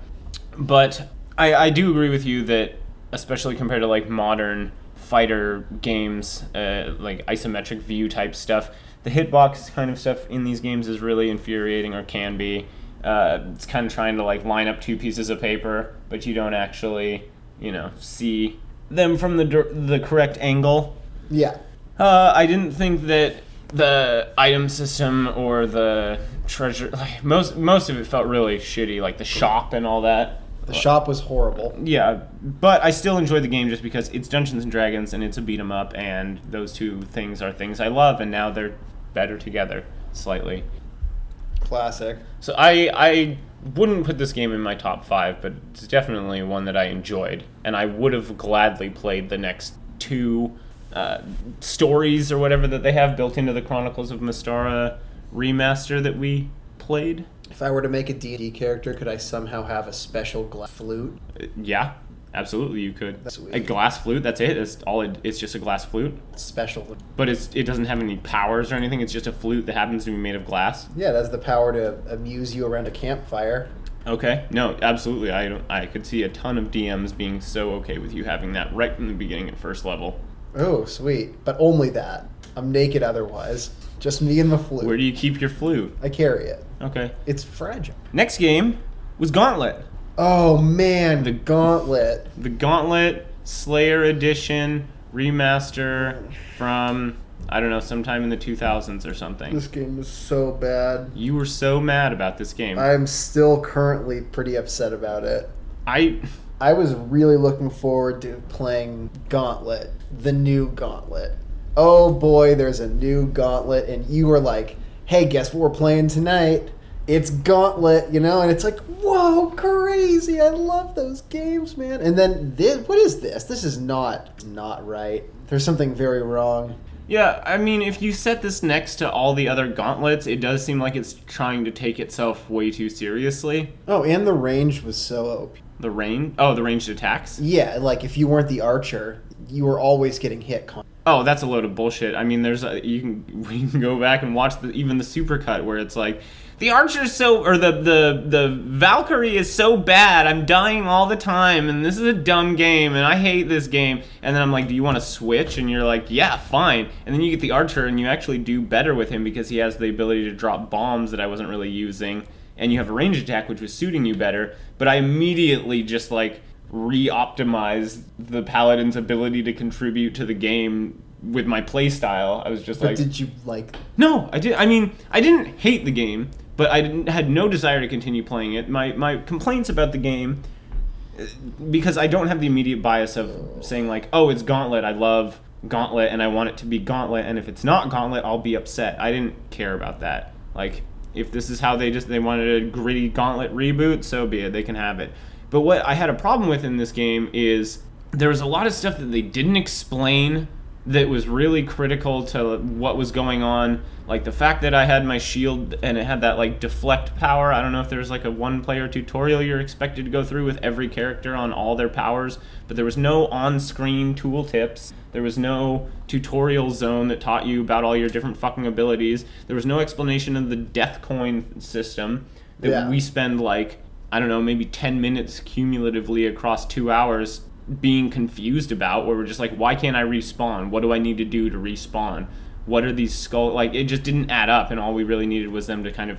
but I, I do agree with you that, especially compared to like modern fighter games, uh, like isometric view type stuff, the hitbox kind of stuff in these games is really infuriating or can be. Uh, it's kind of trying to like line up two pieces of paper, but you don't actually, you know, see them from the dir- the correct angle. Yeah. Uh, I didn't think that the item system or the treasure like most most of it felt really shitty, like the shop and all that. The shop was horrible. Yeah, but I still enjoy the game just because it's Dungeons and Dragons and it's a beat 'em up, and those two things are things I love, and now they're better together slightly. Classic. So I I wouldn't put this game in my top five, but it's definitely one that I enjoyed, and I would have gladly played the next two uh, stories or whatever that they have built into the Chronicles of Mistara remaster that we played. If I were to make a D&D character, could I somehow have a special glass flute? Uh, Yeah, absolutely, you could. That's A sweet. glass flute. That's it. That's all. It, it's just a glass flute, Special. but it's it doesn't have any powers or anything. It's just a flute that happens to be made of glass. Yeah, it has the power to amuse you around a campfire. Okay. No, absolutely. I don't, I could see a ton of DMs being so okay with you having that right from the beginning at first level. Oh, sweet. But only that. I'm naked otherwise. Just me and the flute. Where do you keep your flute? I carry it. Okay. It's fragile. Next game was Gauntlet. Oh man, the gauntlet. The Gauntlet Slayer Edition remaster from I don't know, sometime in the 2000s or something. This game is so bad. You were so mad about this game. I I'm still currently pretty upset about it. I, I was really looking forward to playing Gauntlet, the new Gauntlet. Oh boy, there's a new Gauntlet, and you were like, hey, guess what we're playing tonight? It's Gauntlet, you know? And it's like, whoa, crazy. I love those games, man. And then, this, what is this? This is not, not right. There's something very wrong. yeah, I mean, if you set this next to all the other gauntlets, it does seem like it's trying to take itself way too seriously. Oh, and the range was so OP. The range, oh, the ranged attacks. Yeah, like if you weren't the archer, you were always getting hit. Con- Oh, that's a load of bullshit. I mean, there's a, you can we can go back and watch the, even the supercut where it's like the archer's so or the the the Valkyrie is so bad. I'm dying all the time, and this is a dumb game, and I hate this game. And then I'm like, do you want to switch? And you're like, yeah, fine. And then you get the archer, and you actually do better with him because he has the ability to drop bombs that I wasn't really using, and you have a range attack which was suiting you better. But I immediately just like re-optimize the paladin's ability to contribute to the game with my playstyle. I was just but like, did you like? no, I did. I mean, I didn't hate the game, but I didn't, had no desire to continue playing it. My my complaints about the game, uh, because I don't have the immediate bias of saying like, oh, it's Gauntlet. I love Gauntlet, and I want it to be Gauntlet. And if it's not Gauntlet, I'll be upset. I didn't care about that. Like, if this is how they just they wanted a gritty Gauntlet reboot, so be it. They can have it. But what I had a problem with in this game is there was a lot of stuff that they didn't explain that was really critical to what was going on. Like the fact that I had my shield and it had that like deflect power. I don't know if there's like a one player tutorial you're expected to go through with every character on all their powers, but there was no on screen tooltips. There was no tutorial zone that taught you about all your different fucking abilities. There was no explanation of the death coin system that Yeah. we spend like I don't know, maybe 10 minutes cumulatively across two hours being confused about where we're just like, why can't I respawn? What do I need to do to respawn? What are these skull like? It just didn't add up, and all we really needed was them to kind of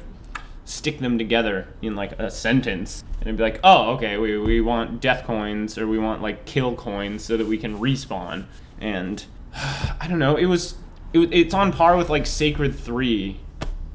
stick them together in like a sentence and it'd be like, oh, okay, we, we want death coins or we want like kill coins so that we can respawn. And I don't know, it was it, wa- it's on par with like Sacred Three,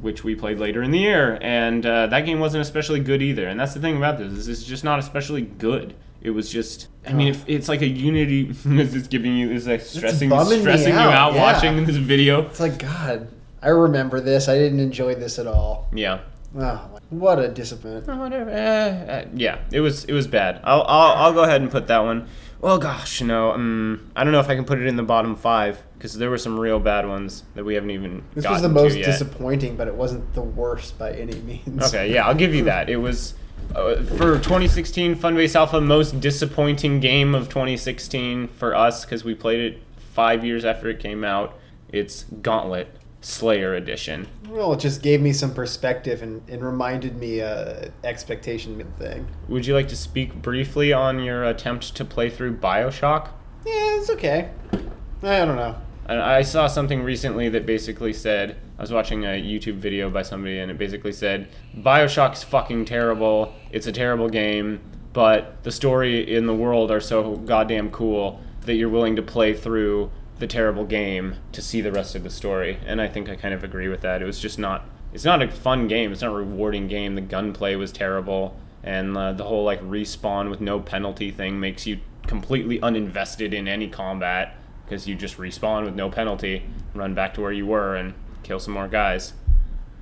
which we played later in the year, and uh, that game wasn't especially good either. And that's the thing about this is it's just not especially good. It was just, I mean, if it's like a unity. is this giving you? Is that stressing bumming me stressing you out, out yeah. watching this video? It's like God. I remember this. I didn't enjoy this at all. Yeah. Oh, what a disappointment. Oh, whatever. Uh, uh, yeah, it was it was bad. I'll, I'll I'll go ahead and put that one. Well, gosh, no. Um, I don't know if I can put it in the bottom five because there were some real bad ones that we haven't even. This was gotten the most to yet. disappointing, but it wasn't the worst by any means. Okay, yeah, I'll give you that. It was uh, for 2016 Funbase Alpha most disappointing game of 2016 for us because we played it five years after it came out. It's Gauntlet Slayer Edition. Well, it just gave me some perspective and, and reminded me uh expectation thing. Would you like to speak briefly on your attempt to play through Bioshock? Yeah, it's okay. I don't know. And I saw something recently that basically said I was watching a YouTube video by somebody, and it basically said Bioshock's fucking terrible. It's a terrible game, but the story in the world are so goddamn cool that you're willing to play through the terrible game to see the rest of the story. And I think I kind of agree with that. It was just not. It's not a fun game. It's not a rewarding game. The gunplay was terrible, and uh, the whole like respawn with no penalty thing makes you completely uninvested in any combat because you just respawn with no penalty, run back to where you were, and kill some more guys.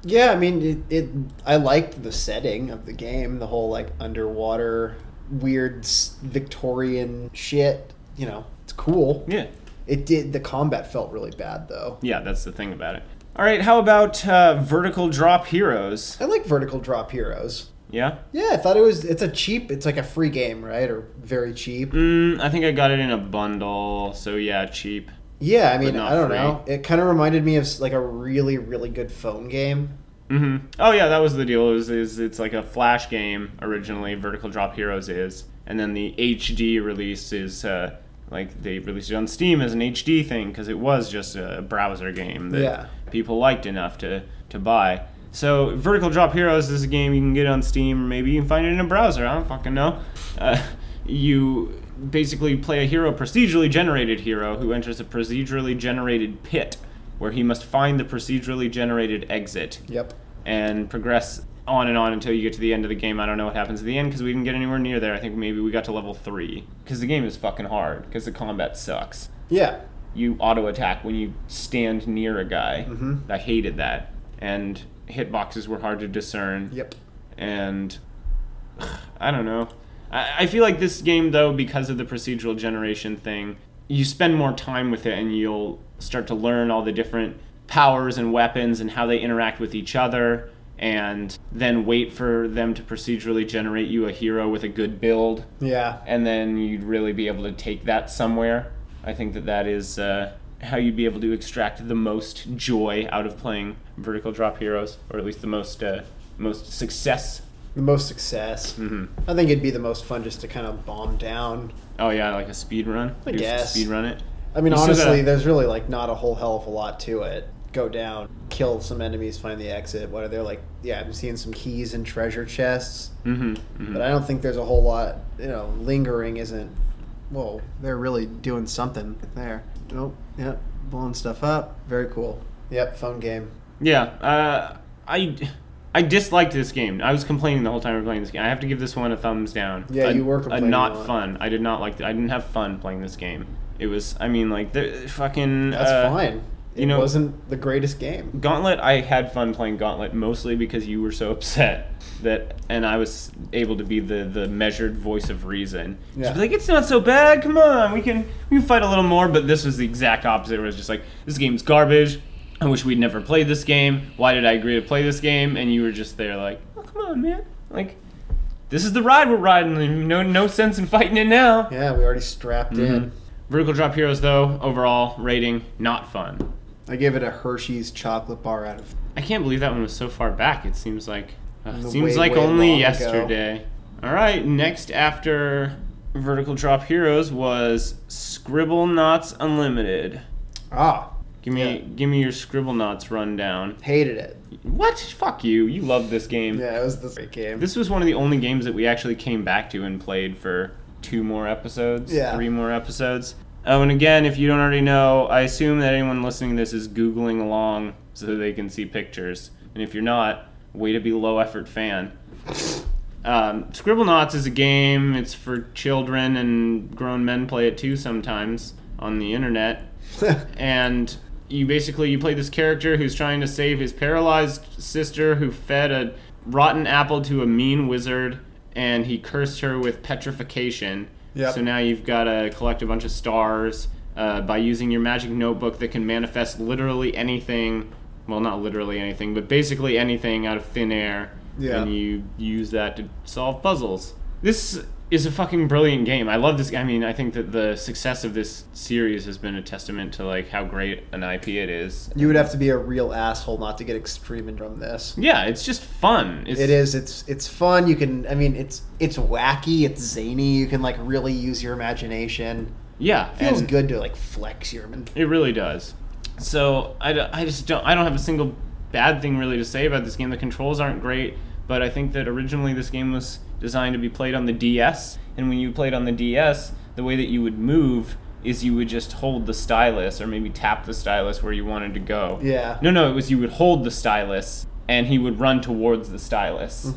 Yeah, I mean, it, it. I liked the setting of the game, the whole like underwater, weird s- Victorian shit. You know, it's cool. Yeah, It did. The combat felt really bad though. yeah, that's the thing about it. All right, how about uh, vertical drop heroes? I like Vertical Drop Heroes. Yeah, Yeah, I thought it was. It's a cheap. It's like a free game, right? Or very cheap. mm, I think I got it in a bundle, so yeah, cheap. Yeah, I mean, not I don't free. know. It kind of reminded me of s- like a really, really good phone game. hmm Oh yeah, that was the deal. Is is it's like a flash game originally. Vertical Drop Heroes is, and then the HD release is uh, like they released it on Steam as an HD thing because it was just a browser game that Yeah. people liked enough to to buy. So Vertical Drop Heroes is a game you can get on Steam, or maybe you can find it in a browser. I don't fucking know. Uh, you basically play a hero, procedurally generated hero, who enters a procedurally generated pit where he must find the procedurally generated exit Yep. and progress on and on until you get to the end of the game. I don't know what happens at the end because we didn't get anywhere near there. I think maybe we got to level three because the game is fucking hard because the combat sucks. Yeah. You auto attack when you stand near a guy. Mhm. I hated that, and hitboxes were hard to discern Yep. and I don't know. I, I feel like this game, though, because of the procedural generation thing, you spend more time with it and you'll start to learn all the different powers and weapons and how they interact with each other, and then wait for them to procedurally generate you a hero with a good build, Yeah. and then you'd really be able to take that somewhere. I think that that is uh, how you'd be able to extract the most joy out of playing Vertical Drop Heroes, or at least the most uh, most success. The most success. hmm I think it'd be the most fun just to kind of bomb down. Oh yeah, like a speed run. I Do some guess. speed run it. I mean, You still honestly, gotta- there's really like not a whole hell of a lot to it. Go down, kill some enemies, find the exit. What are there like? Yeah, I'm seeing some keys and treasure chests, hmm but I don't think there's a whole lot. You know, lingering isn't. Whoa, they're really doing something there. Nope. Yep. Blowing stuff up. Very cool. Yep. Phone game. Yeah, uh, I I disliked this game. I was complaining the whole time we were playing this game. I have to give this one a thumbs down. Yeah, a, you were a complaining a not lot. fun. I did not like. The, I didn't have fun playing this game. It was. I mean, like the fucking. That's uh, fine. It you know- wasn't the greatest game. Gauntlet, I had fun playing Gauntlet mostly because you were so upset that, and I was able to be the, the measured voice of reason. Just Yeah. be like, it's not so bad. Come on, we can we can fight a little more. But this was the exact opposite. Where it was just like, this game's garbage. I wish we'd never played this game. Why did I agree to play this game? And you were just there like, oh come on, man. Like, this is the ride we're riding. No no sense in fighting it now. Yeah, we already strapped in. Vertical Drop Heroes though, overall rating not fun. I gave it a Hershey's chocolate bar out of I can't believe that one was so far back. It seems like ugh, The seems way, like way only long ago. yesterday. All right, next after Vertical Drop Heroes was Scribble Knots Unlimited. ah. Give me, Yeah. give me your Scribble Knots rundown. Hated it. What? Fuck you. You love this game. Yeah, it was the great game. This was one of the only games that we actually came back to and played for two more episodes, Yeah. three more episodes. Oh, and again, if you don't already know, I assume that anyone listening to this is Googling along so that they can see pictures. And if you're not, way to be low effort fan. Um, Scribble Knots is a game, it's for children, and grown men play it too sometimes on the internet and you basically you play this character who's trying to save his paralyzed sister who fed a rotten apple to a mean wizard and he cursed her with petrification Yep. so now you've got to collect a bunch of stars uh, by using your magic notebook that can manifest literally anything well not literally anything but basically anything out of thin air Yeah. and you use that to solve puzzles this is a fucking brilliant game. I love this. I mean, I think that the success of this series has been a testament to like how great an IP it is. you would have to be a real asshole not to get extreme and drum this. Yeah, it's just fun. It's, It is. It's it's fun. You can. I mean, it's it's wacky. It's zany. You can like really use your imagination. Yeah, feels and good to like flex your. It really does. So I, d- I just don't I don't have a single bad thing really to say about this game. The controls aren't great, but I think that originally this game was designed to be played on the DS, and when you played on the DS, the way that you would move is you would just hold the stylus or maybe tap the stylus where you wanted to go. Yeah. No, no, it was you would hold the stylus and he would run towards the stylus.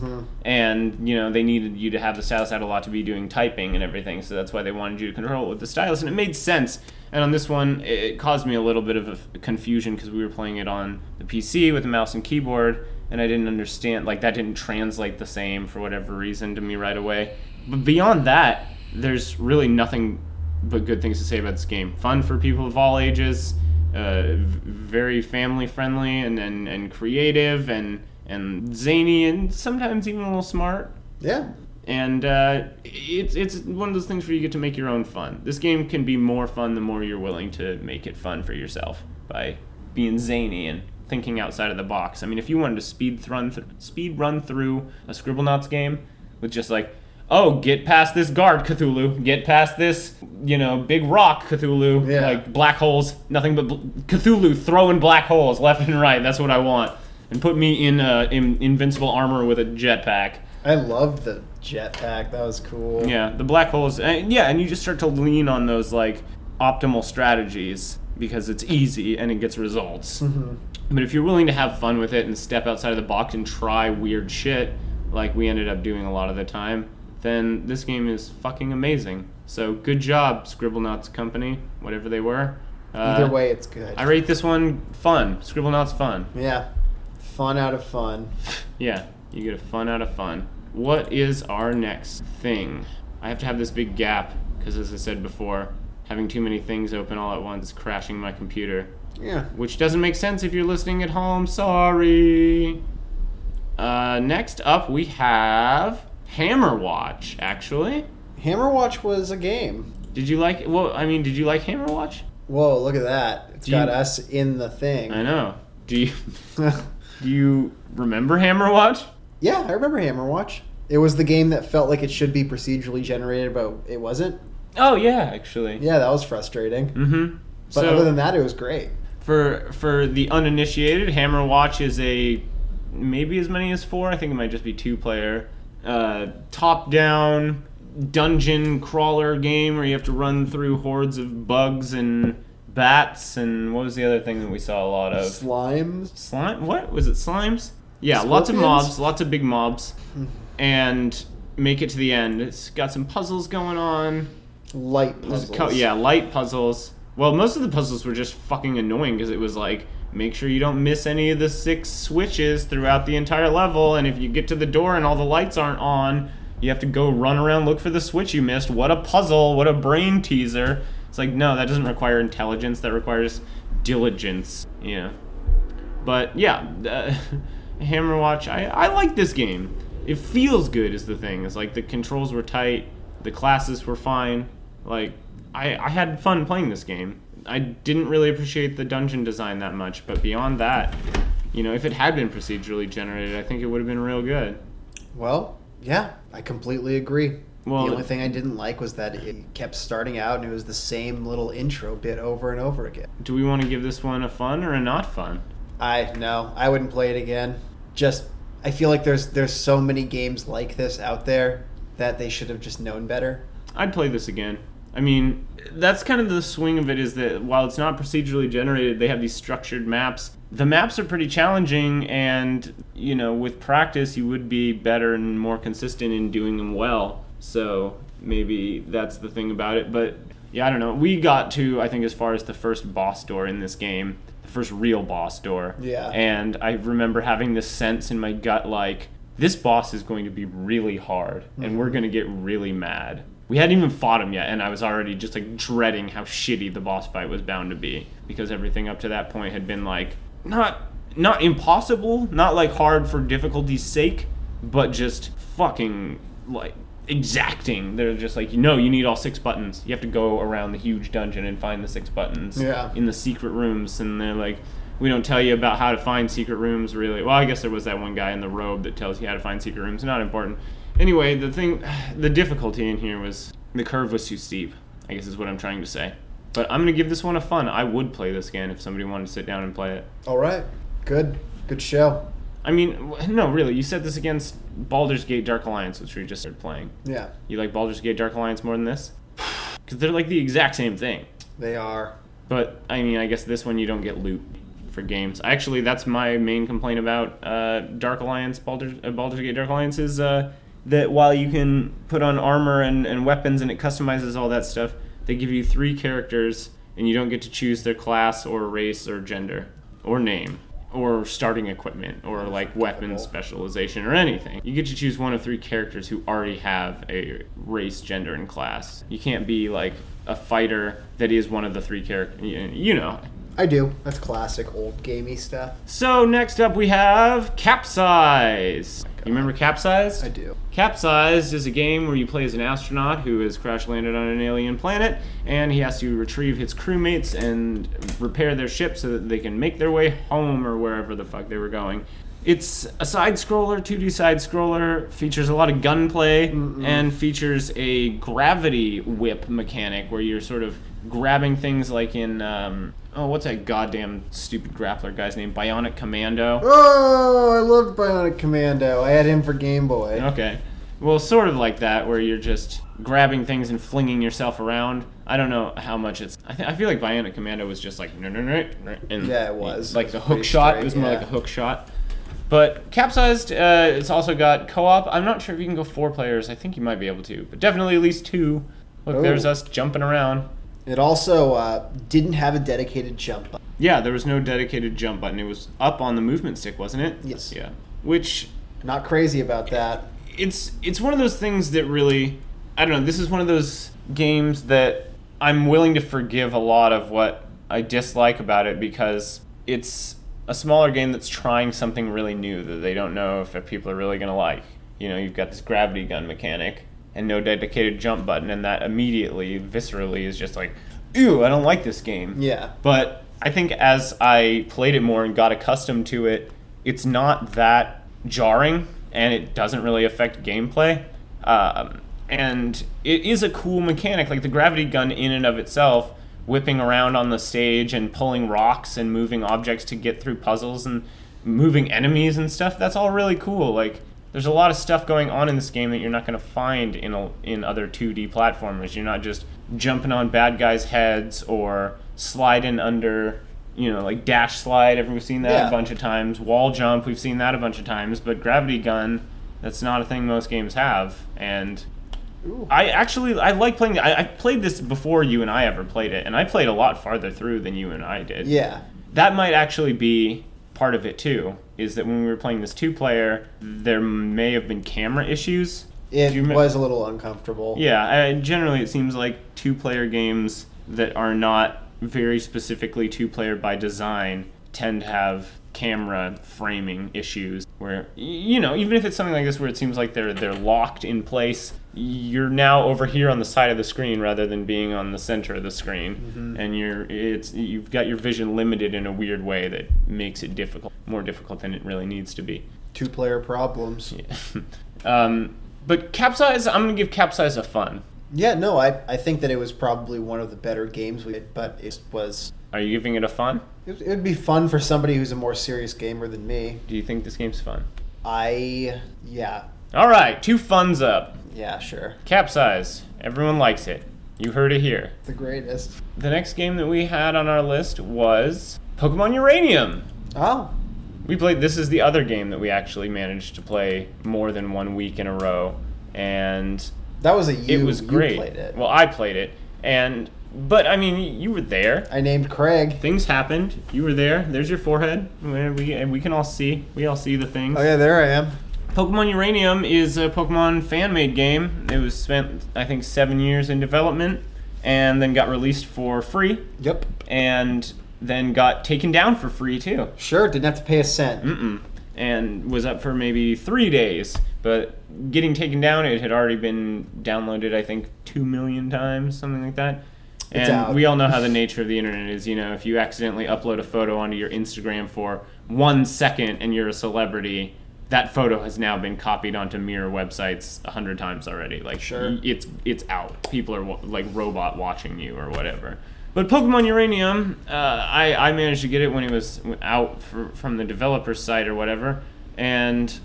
And, you know, they needed you to have the stylus out a lot to be doing typing and everything, so that's why they wanted you to control it with the stylus, and it made sense. And on this one, it- it caused me a little bit of a f- confusion because we were playing it on the PC with a mouse and keyboard, and I didn't understand, like, that didn't translate the same for whatever reason to me right away. But beyond that, there's really nothing but good things to say about this game. Fun for people of all ages, uh, v- very family friendly and, and, and creative and and zany and sometimes even a little smart. Yeah. And uh, it's it's one of those things where you get to make your own fun. This game can be more fun the more you're willing to make it fun for yourself by being zany and thinking outside of the box. I mean, if you wanted to speed run th- speed run through a Scribblenauts game with just like, oh, get past this guard, Cthulhu. Get past this, you know, big rock, Cthulhu. Yeah. Like black holes, nothing but bl- Cthulhu throwing black holes left and right. That's what I want. And put me in, uh, in invincible armor with a jetpack. I loved the jetpack. That was cool. Yeah, the black holes. And yeah, and you just start to lean on those like optimal strategies because it's easy and it gets results. Mm-hmm. But if you're willing to have fun with it and step outside of the box and try weird shit, like we ended up doing a lot of the time, then this game is fucking amazing. So good job, Scribblenauts Company, whatever they were. Uh, Either way, it's good. I rate this one fun. Scribblenauts fun. yeah. Fun out of fun. Yeah, you get a fun out of fun. What is our next thing? I have to have this big gap because, as I said before, having too many things open all at once is crashing my computer, Yeah. which doesn't make sense if you're listening at home. Sorry. Uh, next up, we have Hammer Watch. Actually, Hammer Watch was a game. did you like? Well, I mean, did you like Hammer Watch? Whoa, look at that. It's Do got you- us in the thing. I know. Do you do you remember Hammer Watch? yeah, I remember Hammer Watch. It was the game that felt like it should be procedurally generated, but it wasn't. Oh yeah, actually. Yeah, that was frustrating. Mm-hmm. But other than that, it was great. for for the uninitiated, Hammer Watch is a maybe as many as four. I think it might just be two player, uh, top down dungeon crawler game where you have to run through hordes of bugs and bats and what was the other thing that we saw a lot of Slimes. slime? What was it? Slimes? Yeah, lots of Scorpions? mobs, lots of big mobs, and make it to the end. It's got some puzzles going on. Light It was puzzles. co- yeah, light puzzles. Well, most of the puzzles were just fucking annoying because it was like, make sure you don't miss any of the six switches throughout the entire level, and if you get to the door and all the lights aren't on, you have to go run around look for the switch you missed. What a puzzle! What a brain teaser! It's like, no, that doesn't require intelligence. That requires diligence. You know. But yeah, uh, Hammer Watch, I, I like this game. It feels good is the thing. It's like the controls were tight, the classes were fine. Like I, I had fun playing this game. I didn't really appreciate the dungeon design that much, but beyond that, you know, if it had been procedurally generated, I think it would have been real good. Well, yeah, I completely agree. Well, the only thing I didn't like was that it kept starting out and it was the same little intro bit over and over again. do we want to give this one a fun or a not fun? I no, I wouldn't play it again. Just I feel like there's there's so many games like this out there that they should have just known better. I'd play this again. I mean, that's kind of the swing of it is that while it's not procedurally generated, they have these structured maps. The maps are pretty challenging, and, you know, with practice, you would be better and more consistent in doing them well. So maybe that's the thing about it. But yeah, I don't know. We got to, I think, as far as the first boss door in this game, the first real boss door. Yeah. And I remember having this sense in my gut like, this boss is going to be really hard and we're going to get really mad. We hadn't even fought him yet, and I was already just like dreading how shitty the boss fight was bound to be because everything up to that point had been like not not impossible, not like hard for difficulty's sake, but just fucking like exacting. They're just like, no, you need all six buttons. You have to go around the huge dungeon and find the six buttons Yeah. in the secret rooms and they're like we don't tell you about how to find secret rooms really well i guess there was that one guy in the robe that tells you how to find secret rooms not important anyway the thing the difficulty in here was the curve was too steep i guess is what i'm trying to say but i'm going to give this one a fun i would play this again if somebody wanted to sit down and play it All right, good, good show. i mean w- no really you said this against baldur's gate dark alliance which we just started playing Yeah, you like baldur's gate dark alliance more than this because they're like the exact same thing they are. But I mean, I guess this one you don't get loot for games. Actually, that's my main complaint about uh, Dark Alliance, Baldur's, uh, Baldur's Gate Dark Alliance is uh, that while you can put on armor and, and weapons and it customizes all that stuff, they give you three characters and you don't get to choose their class or race or gender or name or starting equipment or like weapon specialization or anything. You get to choose one of three characters who already have a race, gender, and class. You can't be like a fighter that is one of the three characters. You know. I do. That's classic old gamey stuff. So next up we have Capsize. You remember Capsize? I do. Capsized is a game where you play as an astronaut who has crash landed on an alien planet, and he has to retrieve his crewmates and repair their ship so that they can make their way home or wherever the fuck they were going. It's a side scroller, 2D side scroller, features a lot of gunplay, and features a gravity whip mechanic where you're sort of grabbing things like in. Um, oh, what's that goddamn stupid grappler guy's name? Bionic Commando. Oh, I loved Bionic Commando. I had him for Game Boy. Okay. Well, sort of like that, where you're just grabbing things and flinging yourself around. I don't know how much it's. I, th- I feel like Bionic Commando was just like no no no, no, and Yeah, it was. like It the was hook pretty shot. It straight, was more yeah. like a hook shot. But capsized. Uh, it's also got co-op. I'm not sure if you can go four players. I think you might be able to, but definitely at least two. Look, Oh. there's us jumping around. It also uh, didn't have a dedicated jump. button. Yeah, there was no dedicated jump button. It was up on the movement stick, wasn't it? Yes. Yeah. Which Not crazy about that. it's it's one of those things that really I don't know, this is one of those games that I'm willing to forgive a lot of what I dislike about it because it's a smaller game that's trying something really new that they don't know if people are really going to like. You know, you've got this gravity gun mechanic and no dedicated jump button and that immediately viscerally is just like, "Ew, I don't like this game." Yeah. But I think as I played it more and got accustomed to it, it's not that jarring and it doesn't really affect gameplay. Um, and it is a cool mechanic, like the gravity gun in and of itself, whipping around on the stage and pulling rocks and moving objects to get through puzzles and moving enemies and stuff. That's all really cool. Like, there's a lot of stuff going on in this game that you're not going to find in a, in other 2D platformers. You're not just jumping on bad guys' heads or sliding under, you know, like dash slide. Everyone's seen that Yeah. a bunch of times. Wall jump, we've seen that a bunch of times. But gravity gun, that's not a thing most games have. And Ooh. I actually I like playing. I, I played this before you and I ever played it, and I played a lot farther through than you and I did Yeah. that might actually be part of it too is that when we were playing this two player there may have been camera issues It Do you remem- was a little uncomfortable. yeah I, generally it seems like two player games that are not very specifically two player by design tend to have camera framing issues where y- you know even if it's something like this where it seems like they're they're locked in place you're now over here on the side of the screen rather than being on the center of the screen and you're it's you've got your vision limited in a weird way that makes it difficult more difficult than it really needs to be Two player problems. um, But Capsize, I'm going to give Capsize a fun. Yeah, no, I, I think that it was probably one of the better games we did, but it was. Are you giving it a fun? It, it would be fun for somebody who's a more serious gamer than me. Do you think this game's fun? I. Yeah. All right, two funs up. Yeah, sure. Capsize. Everyone likes it. You heard it here. The greatest. The next game that we had on our list was Pokemon Uranium. Oh. We played. This is the other game that we actually managed to play more than one week in a row, and That was a you. it was you great. played it. Well, I played it, and but I mean, you were there. I named Craig. Things happened. You were there. There's your forehead. Where We and we can all see. We all see the things. Oh, yeah, there I am. Pokemon Uranium is a Pokemon fan made game. It was spent, I think, seven years in development, and then got released for free, Yep. and then got taken down for free too. Sure, didn't have to pay a cent. Mm-mm. and was up for maybe three days. But getting taken down, it had already been downloaded, I think, two million times, something like that. And It's out. we all know how the nature of the internet is. You know, if you accidentally upload a photo onto your Instagram for one second and you're a celebrity, that photo has now been copied onto mirror websites a hundred times already. Like, Sure. y- it's it's out. People are wa- like robot watching you or whatever. But Pokemon Uranium, uh, I I managed to get it when it was out for, from the developer's site or whatever, and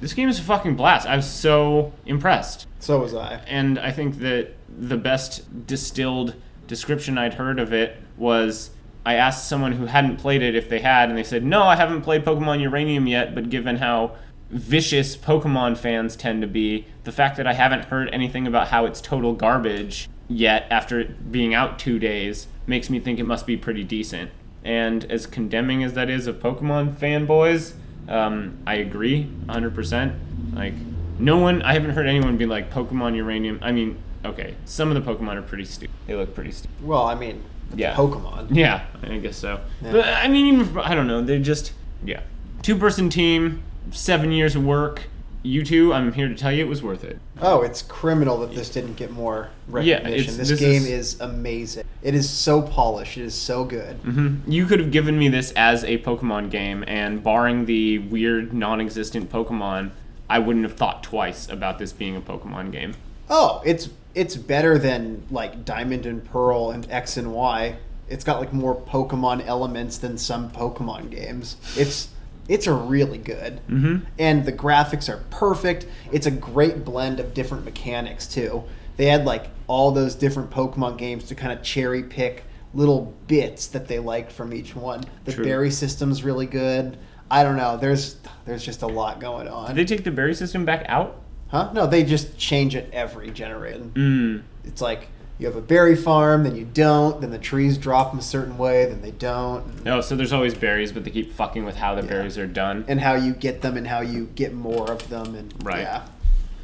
this game is a fucking blast. I was so impressed, So was I. and I think that the best distilled description I'd heard of it was. I asked someone who hadn't played it if they had, and they said, No, I haven't played Pokemon Uranium yet, but given how vicious Pokemon fans tend to be, the fact that I haven't heard anything about how it's total garbage yet after it being out two days makes me think it must be pretty decent. And as condemning as that is of Pokemon fanboys, um, I agree 100%. Like, no one, I haven't heard anyone be like, Pokemon Uranium. I mean, okay, some of the Pokemon are pretty stupid. They look pretty stupid. Well, I mean, Yeah. Pokemon. Yeah, I guess so. Yeah. But I mean, even if- I don't know. They just yeah, two person team, seven years of work. You two, I'm here to tell you, it was worth it. Oh, it's criminal that this didn't get more Yeah, recognition. it's- this, this game is- is... amazing. It is so polished. It is so good. Mm-hmm. You could have given me this as a Pokemon game, and barring the weird, non-existent Pokemon, I wouldn't have thought twice about this being a Pokemon game. Oh, it's it's better than like Diamond and Pearl and X and Y. It's got like more Pokemon elements than some Pokemon games. It's it's a really good. Mm-hmm. and the graphics are perfect. It's a great blend of different mechanics too. They had like all those different Pokemon games to kind of cherry pick little bits that they liked from each one. The True. berry system's really good. I don't know. There's there's just a lot going on. Did they take the berry system back out? huh? No, they just change it every generation. Mm. It's like you have a berry farm, then you don't, then the trees drop them a certain way, then they don't, No, Oh, so there's always berries, but they keep fucking with how the berries are done. and how you get them and how you get more of them and Right. yeah,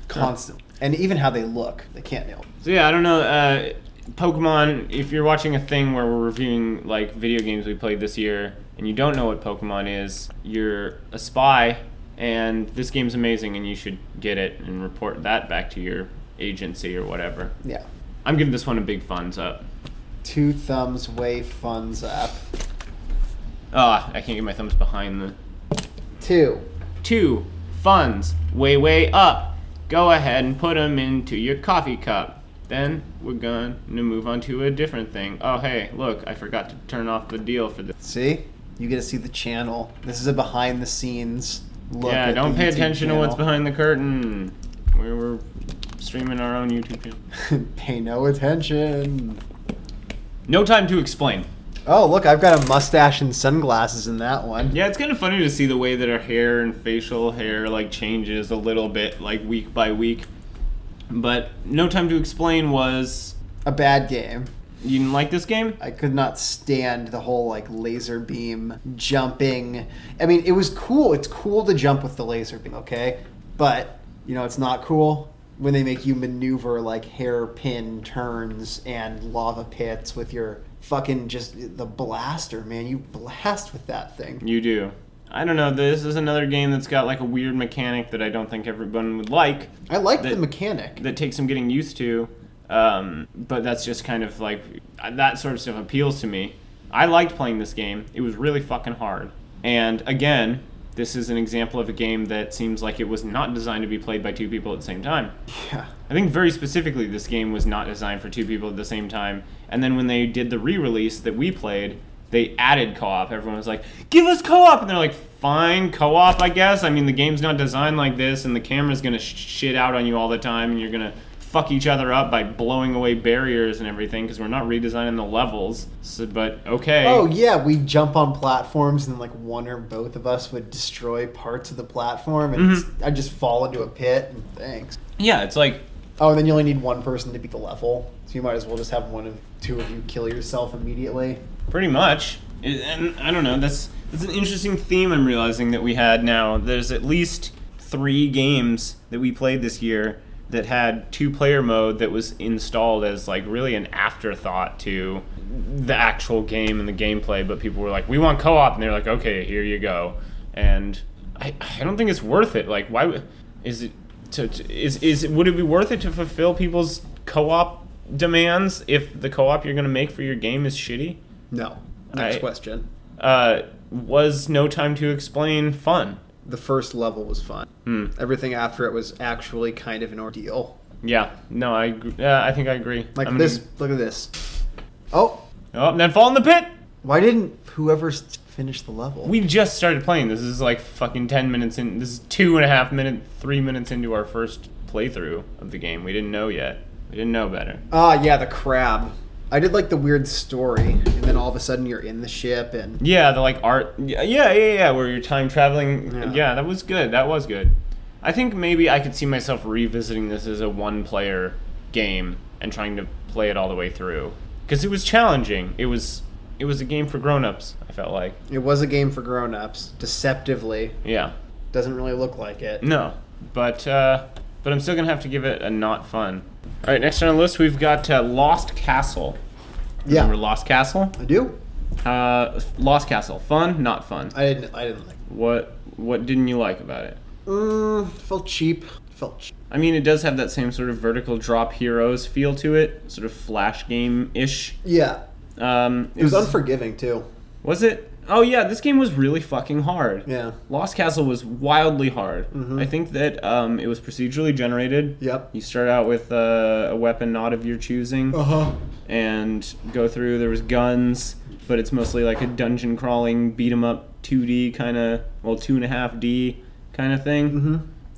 constant. And even how they look, they can't nail. So yeah, I don't know. Uh, Pokemon. If you're watching a thing where we're reviewing like video games we played this year, and you don't know what Pokemon is, you're a spy, and this game's amazing, and you should get it and report that back to your agency or whatever. Yeah, I'm giving this one a big thumbs up. two thumbs way funds up. Ah, I can't get my thumbs behind the Two. two funds way way up. Go ahead and put them into your coffee cup. Then we're gonna move on to a different thing. Oh hey, look, I forgot to turn off the deal for this. See, you get to see the channel. This is a behind the scenes look. yeah, at don't the pay YouTube attention to what's channel. behind the curtain. We're, we're streaming our own YouTube channel. pay no attention. No time to explain. Oh, look, I've got a mustache and sunglasses in that one. Yeah, it's kind of funny to see the way that our hair and facial hair like changes a little bit, like week by week. But no time to explain was A bad game. you didn't like this game. I could not stand the whole like laser beam jumping. I mean, it was cool. It's cool to jump with the laser beam, okay? But, you know, it's not cool when they make you maneuver like hairpin turns and lava pits with your fucking just the blaster, man. You blast with that thing. You do. I don't know. This is another game that's got like a weird mechanic that I don't think everyone would like. I like That- the mechanic. that takes some getting used to. Um, but that's just kind of like that sort of stuff appeals to me. I liked playing this game. It was really fucking hard. And again, This is an example of a game that seems like it was not designed to be played by two people at the same time. Yeah. I think very specifically, this game was not designed for two people at the same time. And then when they did the re-release that we played, they added co-op. Everyone was like, "Give us co-op," and they're like, "Fine, co-op, I guess." I mean, the game's not designed like this, and the camera's gonna sh- shit out on you all the time, and you're gonna fuck each other up by blowing away barriers and everything because we're not redesigning the levels. So, but okay. Oh yeah, we jump on platforms and like one or both of us would destroy parts of the platform, and Mhm. I just fall into a pit. And thanks. yeah, it's like Oh, and then you only need one person to beat the level, so you might as well just have one of two of you kill yourself immediately. Pretty much. It- And I don't know, that's that's an interesting theme I'm realizing that we had now. There's at least three games that we played this year that had two player mode that was installed as like really an afterthought to the actual game and the gameplay, but people were like, We want co op and they're like, Okay, here you go. And I, I don't think it's worth it. Like why would- is it to, to is is would it be worth it to fulfill people's co op demands if the co op you're gonna make for your game is shitty? No. Next I- question. uh, was No Time to Explain fun? The first level was fun. Hmm. Everything after it was actually kind of an ordeal. Yeah, no, I agree. Yeah, I think I agree. Like I'm this. Look at this. Oh, Gonna, oh, then fall in the pit. why didn't whoever s- finish the level? We just started playing. This is like fucking ten minutes in. This is two and a half minute, three minutes into our first playthrough of the game. We didn't know yet. We didn't know better. Ah, yeah, the crab. I did like the weird story, and then all of a sudden you're in the ship, and Yeah, the like art. Yeah, yeah, yeah, yeah. Where you're time traveling. Yeah. Yeah. that was good. That was good. I think maybe I could see myself revisiting this as a one-player game and trying to play it all the way through because it was challenging. It was it was a game for grown-ups. I felt like. it was a game for grown-ups. Deceptively, Yeah. doesn't really look like it. No, but uh, but I'm still gonna have to give it a not fun. All right, next on our list we've got uh, Lost Castle. Yeah, Remember Lost Castle? I do. Uh, Lost Castle, fun, not fun. I didn't. I didn't like. What what didn't you like about it? Mm, felt cheap. Felt cheap. I mean, it does have that same sort of vertical drop heroes feel to it, sort of flash game ish. Yeah, Um, it was unforgiving too. was it? Oh yeah, this game was really fucking hard. Yeah. Mm-hmm. Lost Castle was wildly hard. I think that um, it was procedurally generated. Yep. You start out with uh, a weapon not of your choosing, Uh huh. and go through. There was guns, but it's mostly like a dungeon crawling beat 'em up 2D kind of, well, two and a half D kind of thing. hmm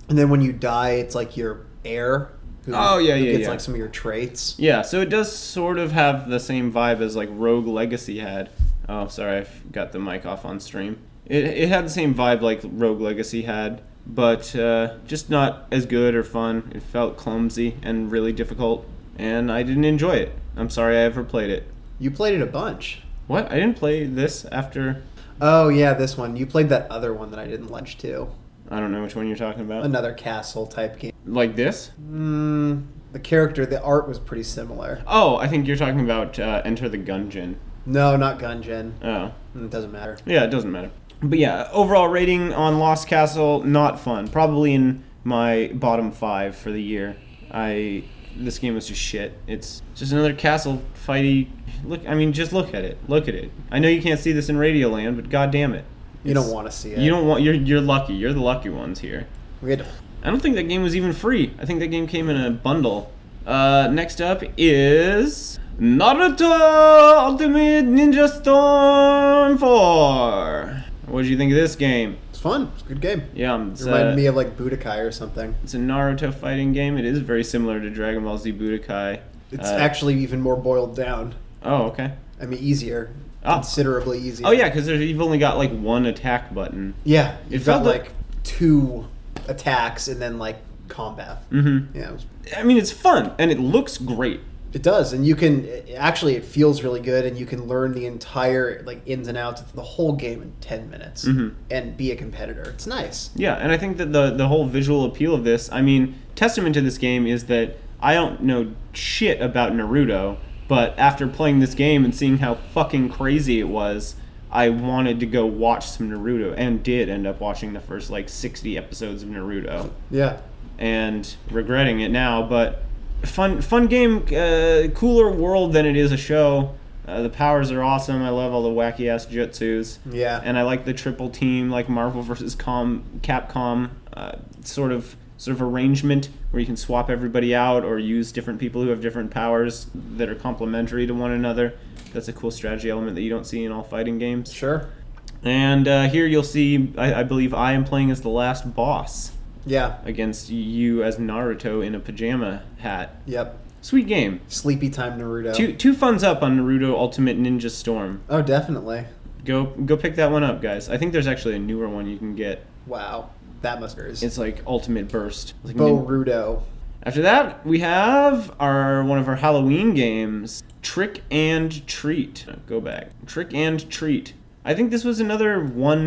And then when you die, it's like your heir. Who, Oh, yeah, who yeah, Gets yeah. like some of your traits. Yeah, so it does sort of have the same vibe as like Rogue Legacy had. Oh, sorry, I've got the mic off on stream. It, it had the same vibe like Rogue Legacy had, but uh, just not as good or fun. It felt clumsy and really difficult, and I didn't enjoy it. I'm sorry I ever played it. You played it a bunch. What? I didn't play this after. Oh yeah, this one. You played that other one that I didn't like too. I don't know which one you're talking about. Another castle type game. Like this? Mm, the character, the art was pretty similar. Oh, I think you're talking about uh, Enter the Gungeon. No, not Gungeon. Oh. Mm, It doesn't matter. Yeah, it doesn't matter. But yeah, overall rating on Lost Castle, not fun. Probably in my bottom five for the year. I this game was just shit. It's just another castle fighty. Look, I mean, just look at it. Look at it. I know you can't see this in Radio Land, but god damn it, You don't want to see it. you don't want. You're you're lucky. You're the lucky ones here. We had to, I don't think that game was even free. I think that game came in a bundle. Uh, next up is Naruto Ultimate Ninja Storm 4. What did you think of this game? it's fun. It's a good game. Yeah, it's, It reminded uh, me of like Budokai or something. it's a Naruto fighting game. It is very similar to Dragon Ball Z Budokai. It's Uh, actually even more boiled down. Oh, okay. I mean, easier, Oh. considerably easier. Oh, yeah, because you've only got like one attack button. yeah. It You've felt got like- like, two attacks and then like combat. Mm-hmm. Yeah, it, was- I mean, it's fun and it looks great. it does, and you can it- actually it feels really good, and you can learn the entire like ins and outs of the whole game in ten minutes Mhm. and be a competitor. It's nice. Yeah, and I think that the the whole visual appeal of this, I mean, testament to this game is that I don't know shit about Naruto, but after playing this game and seeing how fucking crazy it was, I wanted to go watch some Naruto and did end up watching the first like 60 episodes of Naruto Yeah. and regretting it now, but fun fun game, uh, cooler world than it is a show. Uh, the powers are awesome. I love all the wacky ass jutsus. Yeah. And I like the triple team, like Marvel versus Com- Capcom, uh, sort of sort of arrangement where you can swap everybody out or use different people who have different powers that are complementary to one another. That's a cool strategy element that you don't see in all fighting games. sure. And uh, here you'll see, I, I believe I am playing as the last boss Yeah. against you as Naruto in a pajama hat. Yep. Sweet game. Sleepy time Naruto. Two two funds up on Naruto Ultimate Ninja Storm. Oh, definitely. Go go pick that one up, guys. I think there's actually a newer one you can get. Wow. That must be. It's like Ultimate Burst. It's like nin- Boruto. After that, we have our one of our Halloween games, Trick and Treat. Go back. Trick and Treat. I think this was another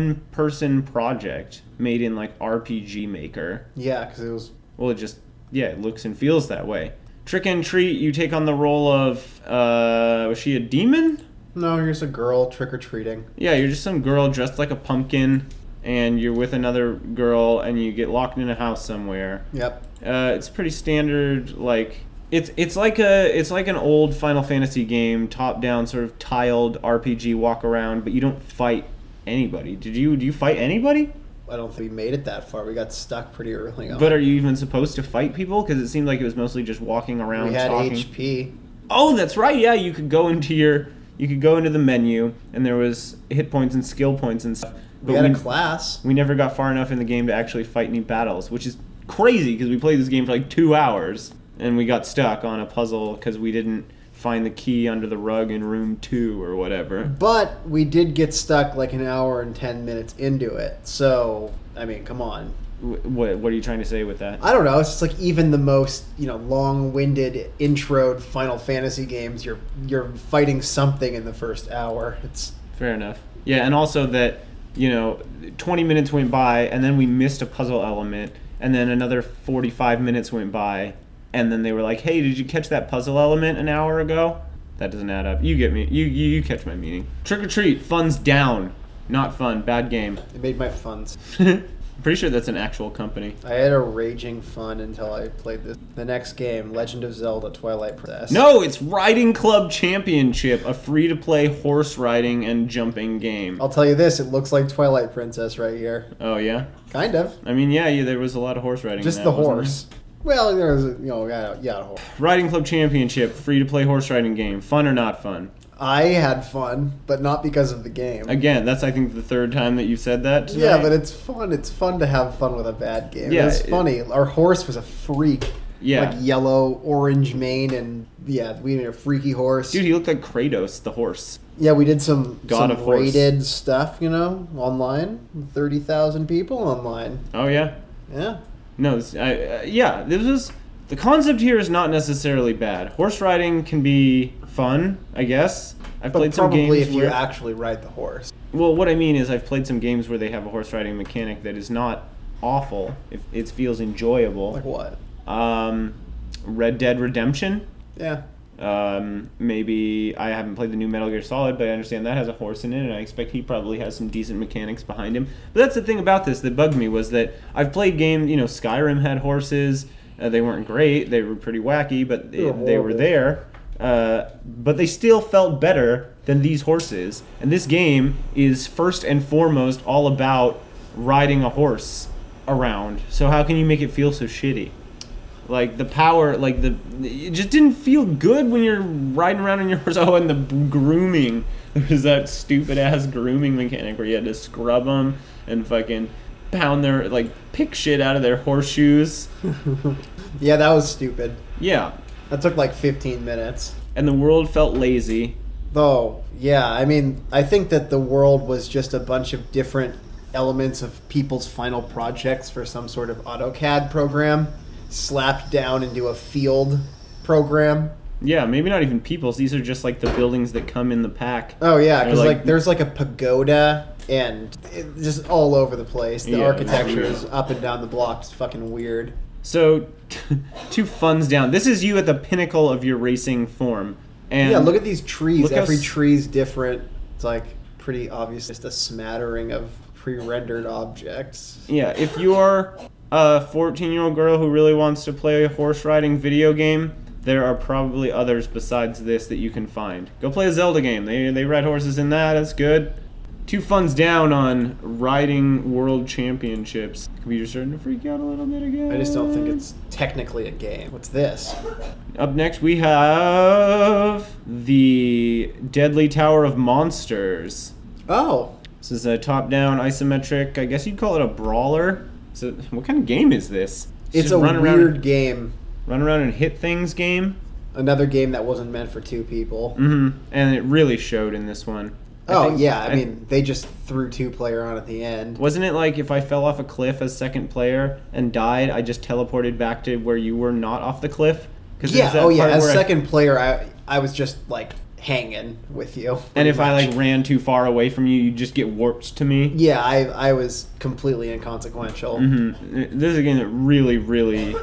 one-person project made in like RPG Maker. Yeah, because it was. Well, it just yeah, it looks and feels that way. Trick and Treat. You take on the role of uh, was she a demon? No, you're just a girl trick or treating. Yeah, you're just some girl dressed like a pumpkin, and you're with another girl, and you get locked in a house somewhere. Yep. Uh, it's pretty standard. Like it's it's like a it's like an old Final Fantasy game, top down sort of tiled RPG walk around, but you don't fight anybody. Did you do you fight anybody? I don't think we made it that far. We got stuck pretty early on. But are you even supposed to fight people? Because it seemed like it was mostly just walking around. we had talking. HP. Oh, that's right. Yeah, you could go into your you could go into the menu, and there was hit points and skill points and stuff. We had a class. we never got far enough in the game to actually fight any battles, which is crazy because we played this game for like two hours and we got stuck on a puzzle because we didn't find the key under the rug in room two or whatever. But we did get stuck like an hour and 10 minutes into it. So, I mean, come on. Wh- What, what are you trying to say with that? I don't know. It's just like even the most, you know, long-winded introed Final Fantasy games, you're you're fighting something in the first hour. It's Fair enough. Yeah, and also that, you know, 20 minutes went by and then we missed a puzzle element, and then another 45 minutes went by, and then they were like, hey, did you catch that puzzle element an hour ago? That doesn't add up. You get me. You, you, you catch my meaning. Trick or treat, fun's down. Not fun, bad game. it made my fun. Pretty sure that's an actual company. I had a raging fun until I played this. The next game, Legend of Zelda: Twilight Princess. No, it's Riding Club Championship, a free to play horse riding and jumping game. I'll tell you this: it looks like Twilight Princess right here. Oh, yeah? Kind of. I mean, yeah, yeah there was a lot of horse riding. in Just that, the wasn't there? horse. Well, there was, a, you know, yeah, yeah, a horse. Riding Club Championship, free to play horse riding game. Fun or not fun? I had fun, but not because of the game. Again, that's I think the third time that you've said that. Tonight. yeah, but it's fun. It's fun to have fun with a bad game. Yeah, it was it- funny. Our horse was a freak. yeah, like yellow, orange mane, and yeah, we made a freaky horse. dude, he looked like Kratos, the horse. Yeah, we did some God some of horse. rated stuff, you know, online. Thirty thousand people online. Oh yeah, Yeah, no, this, I, uh, yeah, this is the concept here is not necessarily bad. Horse riding can be fun, I guess. I've but played some games. probably if you where- actually ride the horse. Well, what I mean is, I've played some games where they have a horse riding mechanic that is not awful. If it feels Like enjoyable. what? Um, Red Dead Redemption. Yeah, Um, maybe I haven't played the new Metal Gear Solid, but I understand that has a horse in it, and I expect he probably has some decent mechanics behind him. But that's the thing about this that bugged me was that I've played games. You know, Skyrim had horses. Uh, they weren't great. They were pretty wacky, but it- were they were horrible. there. Uh, but they still felt better than these horses. And this game is first and foremost all about riding a horse around. So how can you make it feel so shitty? like the power like the it just didn't feel good when you're riding around in your horse oh and the grooming there was that stupid ass grooming mechanic where you had to scrub them and fucking pound their like pick shit out of their horseshoes yeah, that was stupid. yeah That took like fifteen minutes. and the world felt lazy Though, yeah, I mean, I think that the world was just a bunch of different elements of people's final projects for some sort of AutoCAD program slapped down into a field program. yeah maybe not even peoples these are just like the buildings that come in the pack Oh yeah, They're because like, like- there's like a pagoda and it, just all over the place. The Yeah, architecture it's is up and down the block. It's fucking weird. so two funs down this is you at the pinnacle of your racing form and yeah, look at these trees. look how Every s- tree's different. It's like pretty obvious. Just a smattering of pre-rendered objects. Yeah, if you're a 14 year old girl who really wants to play a horse riding video game, There are probably others besides this that you can find. Go play a Zelda game. They, they ride horses in that. That's good. Two funds down on riding world championships. Computer's starting to freak out a little bit again. I just don't think it's technically a game. What's this? Up next, we have the Deadly Tower of Monsters. Oh, This is a top-down isometric. I guess you'd call it a brawler. So, what kind of game is this? it's just a run weird around, game. run around and hit things game. Another game that wasn't meant for two people. Mm-hmm. And it really showed in this one. I oh think- yeah, I, mean they just threw two player on at the end. wasn't it like if I fell off a cliff as second player and died, I just teleported back to where you were not off the cliff? Cause yeah. there's that Oh yeah. part As where I- second player, I I was just like hanging with you. and if I pretty like much. ran too far away from you, you just get warped to me. yeah, I I was completely inconsequential. Mhm. This is a game that really, really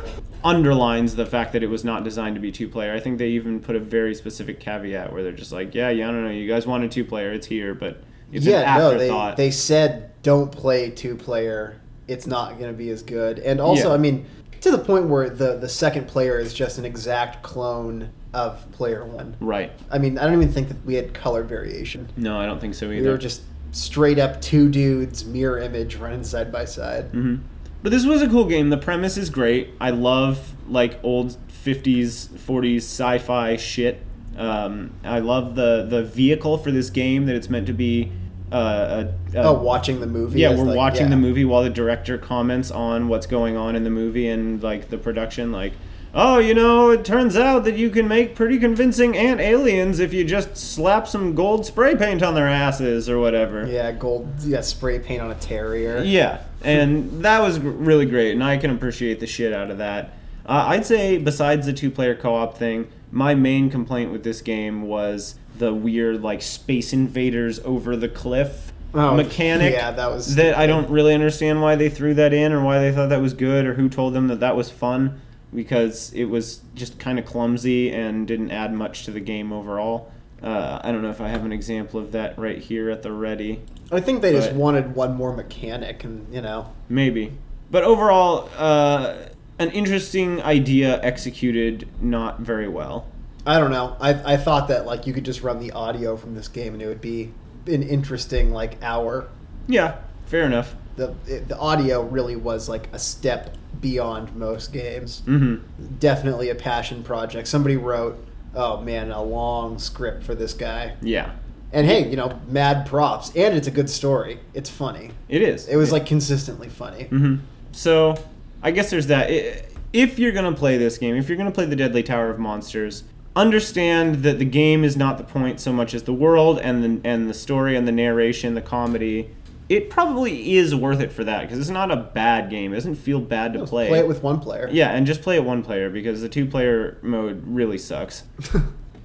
underlines the fact that it was not designed to be two player. I think they even put a very specific caveat where they're just like, yeah, yeah, I don't know, you guys want a two player, it's here, but it's an yeah, no, they afterthought. they said don't play two player. It's not going to be as good. And also, Yeah. I mean, to the point where the the second player is just an exact clone of player one. right. I mean, I don't even think that we had color variation. No, I don't think so either. We were just straight up two dudes, mirror image, running side by side. Mhm. But this was a cool game. The premise is great. I love like old fifties, forties sci-fi shit. Um, I love the the vehicle for this game that it's meant to be. Uh, a, a, Oh, watching the movie. yeah, is we're like- watching yeah. the movie while the director comments on what's going on in the movie and like the production, like. Oh, you know, it turns out that you can make pretty convincing ant aliens if you just slap some gold spray paint on their asses or whatever. Yeah, gold. Yeah, spray paint on a terrier. Yeah, and that was gr- really great, and I can appreciate the shit out of that. Uh, I'd say, besides the two player co op thing, my main complaint with this game was the weird, like, Space Invaders over the cliff Oh, mechanic. yeah, that was That I don't really understand why they threw that in or why they thought that was good or who told them that that was fun because it was just kind of clumsy and didn't add much to the game overall. Uh, I don't know if I have an example of that right here at the ready. I think they just But- wanted one more mechanic, and you know, Maybe. But overall, uh, an interesting idea executed not very well. I don't know. I, I thought that like you could just run the audio from this game and it would be an interesting like hour. Yeah, fair enough. The it, the audio really was like a step beyond most games. Mm-hmm. Definitely a passion project. Somebody wrote, oh man, a long script for this guy. Yeah, And hey, you know, mad props. And it's a good story. It's funny. it is. It was like consistently funny. Mm-hmm. So, I guess there's that. I- If you're going to play this game, if you're going to play the Deadly Tower of Monsters, understand that the game is not the point so much as the world and the, and the story and the narration, the comedy. It probably is worth it for that because it's not a bad game. It doesn't feel bad to play. Play it with one player. Yeah, and just play it one player because the two player mode really sucks.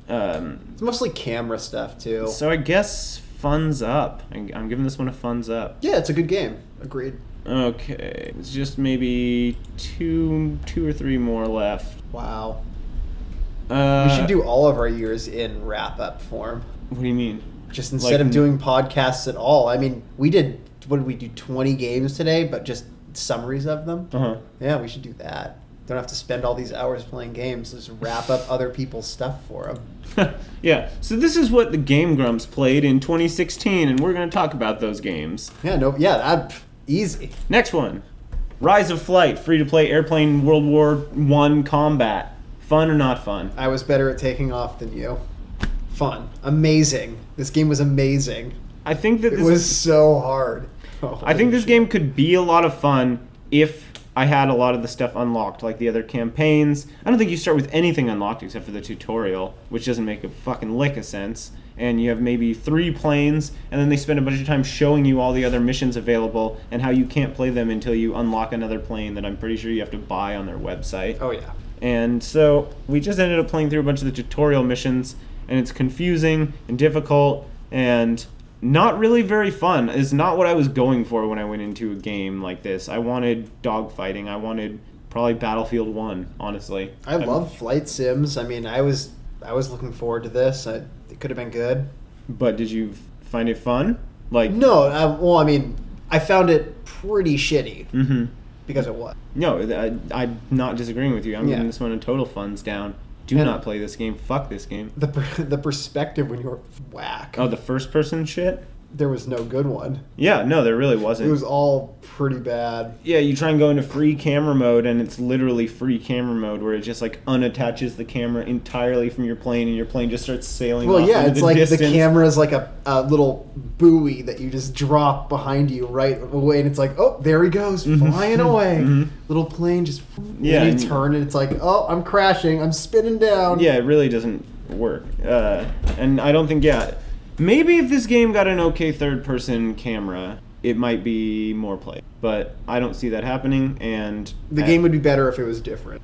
Um, It's mostly camera stuff too. so I guess funds up. I- I'm giving this one a funds up. yeah, it's a good game. Agreed. Okay, it's just maybe two, two or three more left. Wow. Uh, We should do all of our years in wrap up form. What do you mean? Just instead of Like- doing podcasts at all. I mean, we did, what did we do, 20 games today, but just summaries of them? Uh huh. Yeah, we should do that. Don't have to spend all these hours playing games. Just wrap up other people's stuff for them. yeah. So this is what the Game Grumps played in 2016, and we're gonna talk about those games. Yeah, no, yeah, that easy. Next one, Rise of Flight, free to play airplane World War One combat. Fun or not fun? I was better at taking off than you. Fun. Amazing. This game was amazing. I think that It this was so hard. I think this game could be a lot of fun if I had a lot of the stuff unlocked, like the other campaigns. I don't think you start with anything unlocked except for the tutorial, which doesn't make a fucking lick of sense. And you have maybe three planes, and then they spend a bunch of time showing you all the other missions available and how you can't play them until you unlock another plane that I'm pretty sure you have to buy on their website. Oh, yeah. And so we just ended up playing through a bunch of the tutorial missions, and it's confusing and difficult and not really very fun. It's not what I was going for when I went into a game like this. I wanted dogfighting. I wanted probably Battlefield 1, honestly. I love flight sims. I mean, I was I was looking forward to this. I, it could have been good. But did you f- find it fun? Like No, I, well, I mean, I found it pretty shitty Mhm. because it was. No, th- I, I'm not disagreeing with you. I'm Yeah. giving this one a total funds down. Do And- not play this game. Fuck this game. The per- the perspective when you were whack. Oh, the first person shit? There was no good one. Yeah, no, there really wasn't. It was all pretty bad. yeah, you try and go into free camera mode, and it's literally free camera mode where it just like unattaches the camera entirely from your plane, and your plane just starts sailing. Well, off yeah, into it's the like distance. the camera is like a, a little buoy that you just drop behind you right away, and it's like, oh, there he goes, flying away. Mhm. Little plane just. Mm-hmm. Yeah, And and you you- turn, and it's like, oh, I'm crashing, I'm spinning down. Yeah, it really doesn't work. Uh, and I don't think, yeah. Maybe if this game got an okay third person camera, it might be more play. But I don't see that happening, and. The game would be better if it was different.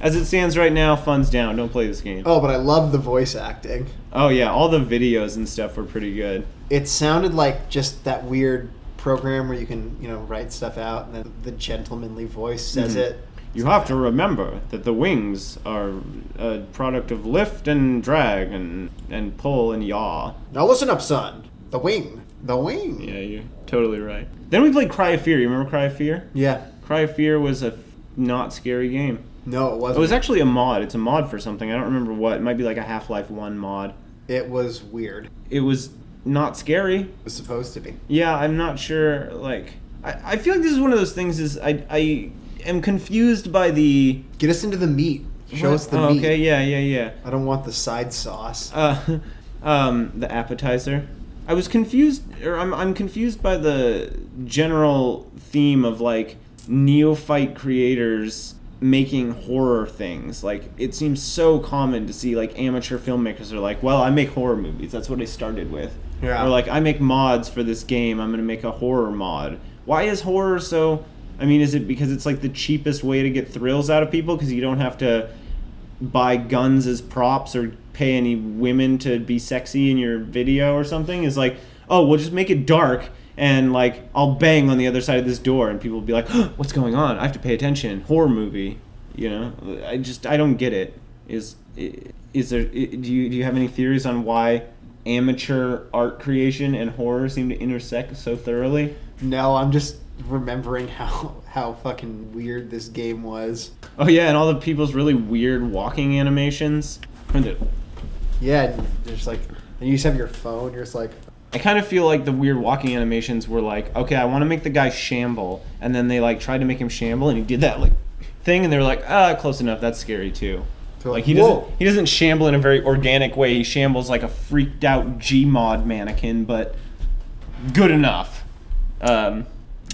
As it stands right now, funds down. Don't play this game. Oh, Oh, but I love the voice acting. yeah, all the videos and stuff were pretty good. It sounded like just that weird program where you can, you know, write stuff out, and then the gentlemanly voice says Mhm. it. You have to remember that the wings are a product of lift and drag and, and pull and yaw. Now listen up, son. The wing. The wing. Yeah, you're totally right. Then we played Cry of Fear. You remember Cry of Fear? Yeah. Cry of Fear was a f- not scary game. No, it It wasn't. was actually a mod. It's a mod for something. I don't remember what. It might be like a Half Life 1 mod. It was weird. It It was not scary. was supposed to be. Yeah, I'm not sure. Like, I, I feel like this is one of those things is I, I am confused by the. Get us into the meat. Show us the Oh, meat. Okay, yeah, yeah, yeah. I don't want the side sauce. uh, um, the appetizer. I was confused, or I'm, I'm confused by the general theme of like neophyte creators making horror things. Like, it seems so common to see like amateur filmmakers are like, well, I make horror movies. That's what I started with. Yeah. Or like, I make mods for this game. I'm going to make a horror mod. Why is horror so. I mean, is it because it's like the cheapest way to get thrills out of people because you don't have to buy guns as props or pay any women to be sexy in your video or something is like, oh, we'll just make it dark and like I'll bang on the other side of this door and people will be like, what's going on? I have to pay attention. Horror movie, you know? I just I don't get it. Is is there i- do you do you have any theories on why amateur art creation and horror seem to intersect so thoroughly? No, I'm just remembering how how fucking weird this game was. Oh yeah, and all the people's really weird walking animations. Or the- Yeah, and there's like, and you just have your phone. You're just like, I kind of feel like the weird walking animations were like, okay, I want to make the guy shamble, and then they like tried to make him shamble, and he did that like thing, and they were like, ah, close enough. That's scary too. They're Like like, he "Whoa." doesn't he doesn't shamble in a very organic way. He shambles like a freaked out Gmod mannequin, but good enough. Um,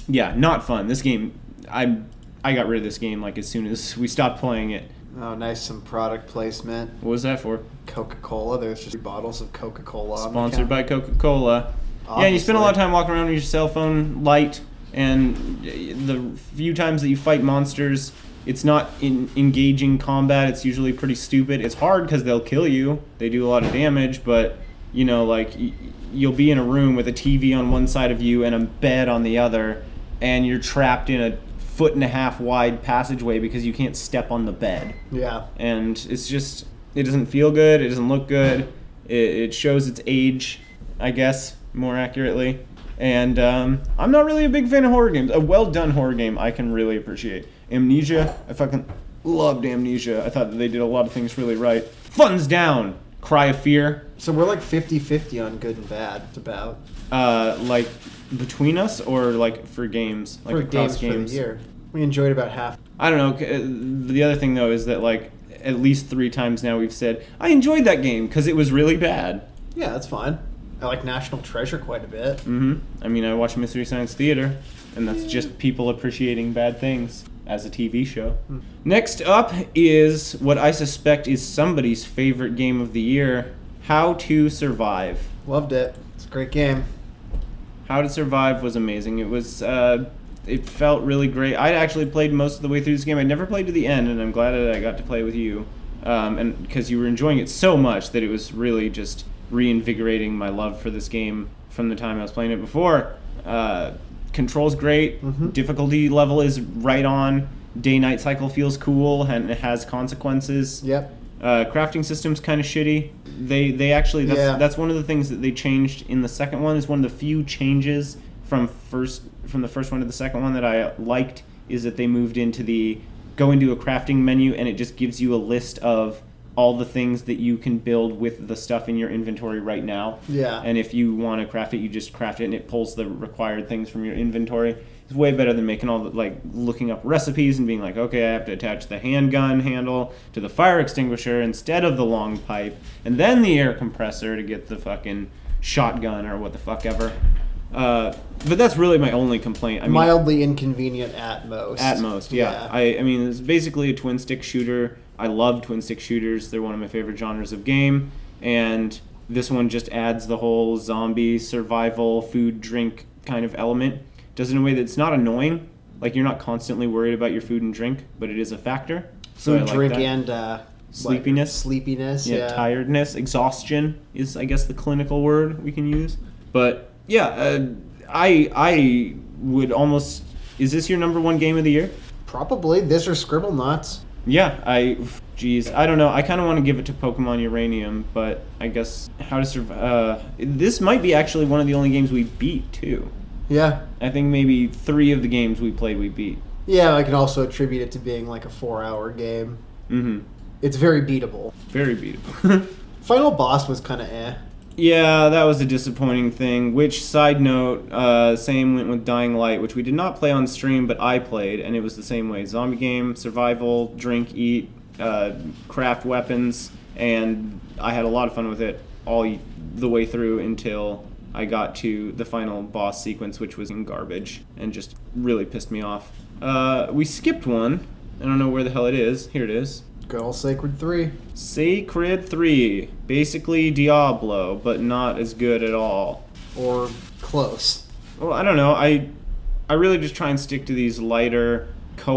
yeah, not fun. This game, I I got rid of this game like as soon as we stopped playing it. oh, nice some product placement. What was that for? Coca Cola. There's just bottles of Coca Cola. Sponsored by Coca Cola. Yeah, and you spend a lot of time walking around with your cell phone light, and the few times that you fight monsters, it's not in engaging combat. It's usually pretty stupid. It's hard because they'll kill you. They do a lot of damage, but you know, like y- you'll be in a room with a TV on one side of you and a bed on the other, and you're trapped in a foot and a half wide passageway because you can't step on the bed Yeah. and it's just it doesn't feel good it doesn't look good it, it shows its age i guess more accurately and um, i'm not really a big fan of horror games a well done horror game i can really appreciate amnesia i fucking loved amnesia i thought that they did a lot of things really right funds down cry of fear So we're like 50-50 on good and bad. It's about uh, like between us or like for games like for across games, for the year. We enjoyed about half. I don't know. c- uh, The other thing though is that like at least three times now we've said I enjoyed that game because it was really bad. Yeah, that's fine. I like National Treasure quite a bit. hmm I mean, I watch Mystery Science Theater, and that's just people appreciating bad things as a TV show. Next up is what I suspect is somebody's favorite game of the year: How to Survive. Loved it. It's a great game. How to Survive was amazing. It was. Uh, it felt really great. I actually played most of the way through this game. I never played to the end, and I'm glad that I got to play with you, um, and because you were enjoying it so much that it was really just reinvigorating my love for this game from the time I was playing it before. Uh, controls great. Mhm. Difficulty level is right on. Day night cycle feels cool and it has consequences. Yep. Uh, crafting system's kind of shitty. They they actually that's Yeah. that's one of the things that they changed in the second one. Is one of the few changes from first from the first one to the second one that I liked is that they moved into the go into a crafting menu and it just gives you a list of all the things that you can build with the stuff in your inventory right now. Yeah. And if you want to craft it, you just craft it, and it pulls the required things from your inventory. It's way better than making all the like looking up recipes and being like, okay, I have to attach the handgun handle to the fire extinguisher instead of the long pipe, and then the air compressor to get the fucking shotgun or what the fuck ever. Uh, but that's really my only complaint. I mean, Mildly inconvenient at most. at most, yeah. I, I mean, it's basically a twin stick shooter. I love twin stick shooters. They're one of my favorite genres of game, and this one just adds the whole zombie survival food drink kind of element. Does it in a way that's not annoying. Like you're not constantly worried about your food and drink, but it is a factor. So I Food, like drink, that. and uh, what? Sleepiness? Sleepiness. yeah, Yeah. tiredness, exhaustion is I guess the clinical word we can use. But yeah, uh, I I would almost is this your number one game of the year? Probably this or Scribble Knots. Yeah, I geez, I don't know. I kind of want to give it to Pokemon Uranium, but I guess how to survive. Uh, this might be actually one of the only games we beat too. Yeah. I think maybe three of the games we played we beat. Yeah, I can also attribute it to being like a four-hour game. Mm-hmm. It's very beatable. Very beatable. Final boss was kind of eh. Yeah, that was a disappointing thing. Which side note, uh, same went with Dying Light, which we did not play on stream, but I played, and it was the same way: zombie game, survival, drink, eat, uh, craft weapons, and I had a lot of fun with it all y- the way through until I got to the final boss sequence, which was in garbage and just really pissed me off. Uh, we skipped one. I don't know where the hell it is. Here it is. Good old Sacred Three. Sacred 3, basically Diablo, but not as good at all. or close. Well, I don't know. I I really just try and stick to these lighter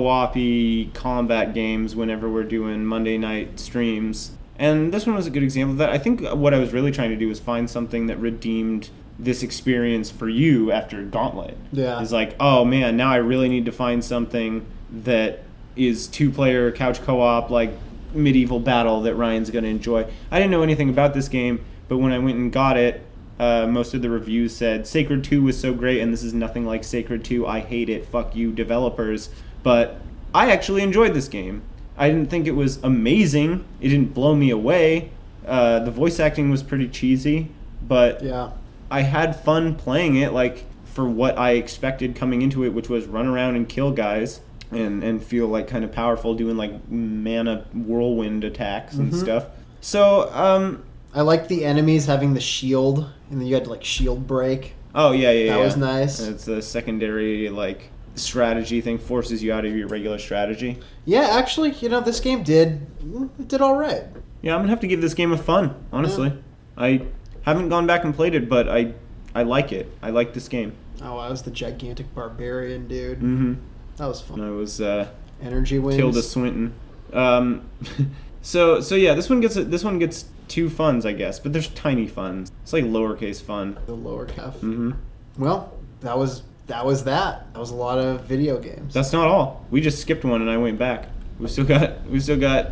co-opy combat games whenever we're doing Monday night streams. And this one was a good example of that. I think what I was really trying to do was find something that redeemed this experience for you after Gauntlet. Yeah. It's like, oh man, now I really need to find something that is two player couch co op, like medieval battle that Ryan's going to enjoy. I didn't know anything about this game, but when I went and got it, uh, most of the reviews said Sacred 2 was so great and this is nothing like Sacred 2. I hate it. Fuck you, developers. But I actually enjoyed this game. I didn't think it was amazing, it didn't blow me away. Uh, the voice acting was pretty cheesy, but Yeah. I had fun playing it, like for what I expected coming into it, which was run around and kill guys and and feel like kind of powerful, doing like mana whirlwind attacks and Mm-hmm. stuff. So, um, I like the enemies having the shield, and then you had like shield break. oh yeah, yeah, That yeah. was nice. It's a secondary like strategy thing, forces you out of your regular strategy. Yeah, actually, you know, this game did mm, it did all right. Yeah, I'm gonna have to give this game a fun. Honestly, Yeah. I haven't gone back and played it, but I I like it. I like this game. Oh, I was the gigantic barbarian dude. Mm-hmm. That was And fun. I was. Uh, Energy wins. Tilda Swinton. Um, so so yeah, this one gets this one gets two funds, I guess, but there's tiny funds. It's like lowercase fun. the lower calf. hmm Well, that was that was that. That was a lot of video games. That's not all. We just skipped one, and I went back. We still got we still got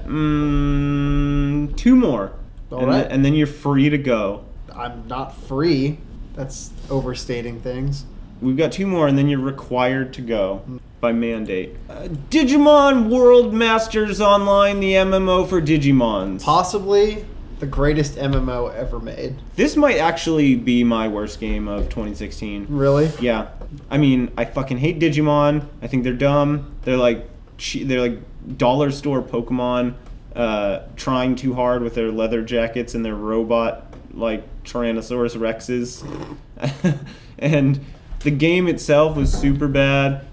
mm, two more. All and, right. th- and then you're free to go. I'm not free. That's overstating things. We've got two more, and then you're required to go Hmm. by mandate. Uh, Digimon World Masters Online, the MMO for Digimons. Possibly the greatest MMO ever made. this might actually be my worst game of 2016. Really? Yeah, I mean, I fucking hate Digimon. I think they're dumb. They're like, che- they're like dollar store Pokemon, uh, trying too hard with their leather jackets and their robot like Tyrannosaurus Rexes, and the game itself was super bad.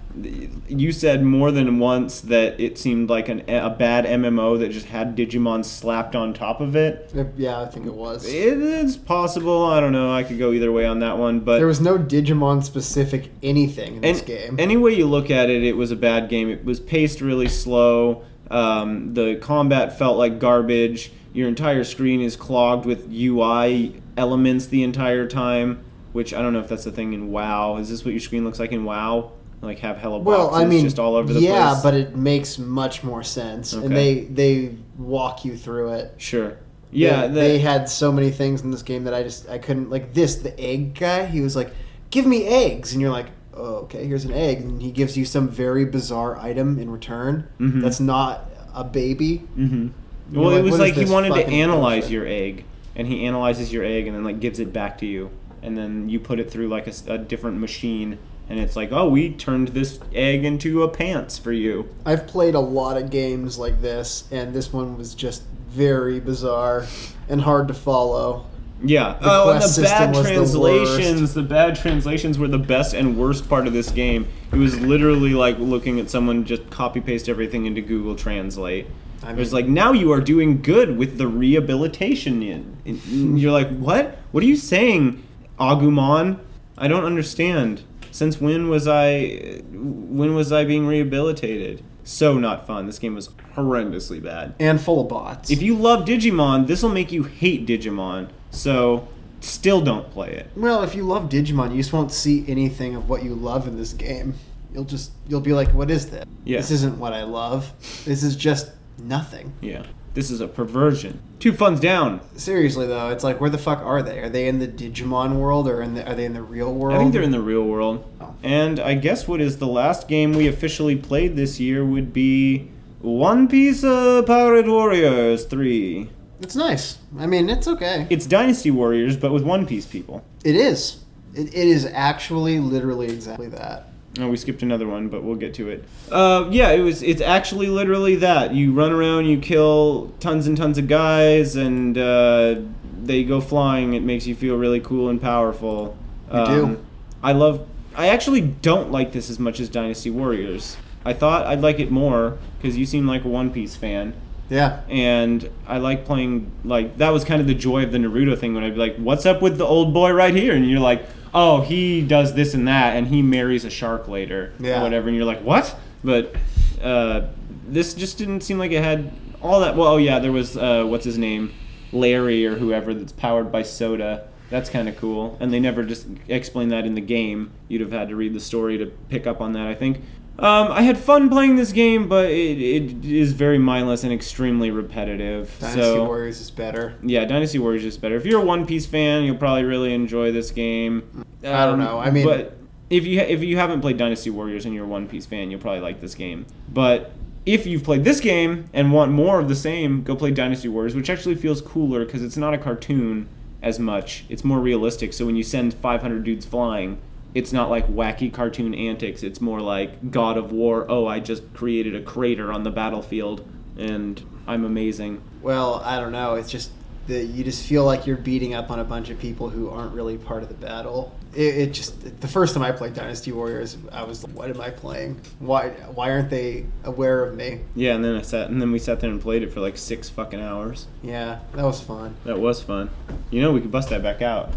You said more than once that it seemed like an, a bad MMO that just had Digimon slapped on top of it. Yeah, I think it was. It is possible. I don't know. I could go either way on that one, but There was no Digimon specific anything in this An- game. Any way you look at it, it was a bad game. It was paced really slow. Um, the combat felt like garbage. Your entire screen is clogged with UI elements the entire time, which I don't know if that's the thing in WoW. Is this what your screen looks like in WoW? Like have hella boxes well, I mean, just all over the yeah, place. but it makes much more sense, and they Okay. they walk you through it. sure. Yeah, they, the- they had so many things in this game that I just I couldn't like this. The egg guy, he was like, "Give me eggs," and you're like, oh, "Okay, here's an egg," and he gives you some very bizarre item in return. Mhm. That's not a baby. Mhm. You're Well, it like, was "What is like he this wanted to fucking analyze bullshit?" your egg, and he analyzes your egg, and then like gives it back to you, and then you put it through like a, s- a different machine, and it's like, oh, we turned this egg into a pants for you. I've played a lot of games like this, and this one was just very bizarre and hard to follow. Yeah. oh, and quest the bad system was the translations. The, bad translations were the best and worst part of this game. It was literally like looking at someone just copy paste everything into Google Translate. I it was mean- like, now you are doing good with the rehabilitation. In, in- Hmm. in- you're like, what? What are you saying, Agumon? I don't understand. Since when was I, when was I being rehabilitated? So not fun. This game was horrendously bad. And full of bots. If you love Digimon, this will make you hate Digimon. So, still don't play it. well, if you love Digimon, you just won't see anything of what you love in this game. You'll just you'll be like, "What is this? Yeah. This isn't what I love. This is just nothing." Yeah. This is a perversion. Two funds down. Seriously though, it's like, where the fuck are they? Are they in the Digimon world, or in the, are they in the real world? I think they're in the real world. Oh. And I guess what is the last game we officially played this year would be One Piece uh, Pirate Warriors 3. It's nice. I mean, it's okay. It's Dynasty Warriors, but with One Piece people. It is. It, it is actually literally exactly that. Oh, we skipped another one, but we'll get to it. Uh, yeah, it was. It's actually literally that. You run around, you kill tons and tons of guys, and uh, they go flying. It makes you feel really cool and powerful. You do. I love. I actually don't like this as much as Dynasty Warriors. I thought I'd like it more because you seem like a One Piece fan, Yeah. and I like playing like that was kind of the joy of the Naruto thing when I'd be like, "What's up with the old boy right here?" And you're like, "Oh, he does this and that, and he marries a shark later, Yeah. or whatever." And you're like, "What?" But uh, this just didn't seem like it had all that. Well, oh yeah, there was uh, what's his name, Larry or whoever that's powered by soda. That's kind of cool, and they never just explained that in the game. You'd have had to read the story to pick up on that, I think. Um, I had fun playing this game, but it, it is very mindless and extremely repetitive. Dynasty so, Warriors is better. Yeah, Dynasty Warriors is better. If you're a One Piece fan, you'll probably really enjoy this game. Um, I don't know. I mean- but if you if you haven't played Dynasty Warriors and you're a One Piece fan, you'll probably like this game. But if you've played this game and want more of the same, go play Dynasty Warriors, which actually feels cooler because it's not a cartoon as much. It's more realistic. So when you send 500 dudes flying, it's not like wacky cartoon antics. It's more like God of War. Oh, I just created a crater on the battlefield, and I'm amazing. Well, I don't know. It's just that you just feel like you're beating up on a bunch of people who aren't really part of the battle. It, it just the first time I played Dynasty Warriors, I was like, "What am I playing? Why why aren't they aware of me?" Yeah, and then I sat, and then we sat there and played it for like six fucking hours. Yeah, that was fun. That was fun. You know, we could bust that back out,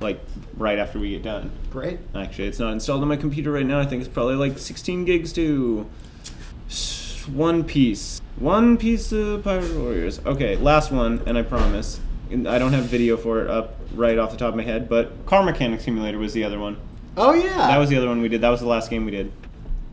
like right after we get done. Great. Actually, it's not installed on my computer right now. I think it's probably like 16 gigs too. S- One Piece, One Piece of Pirate Warriors. Okay, last one, and I promise, and I don't have video for it up right off the top of my head, but Car Mechanic Simulator was the other one. Oh yeah. That was the other one we did. That was the last game we did.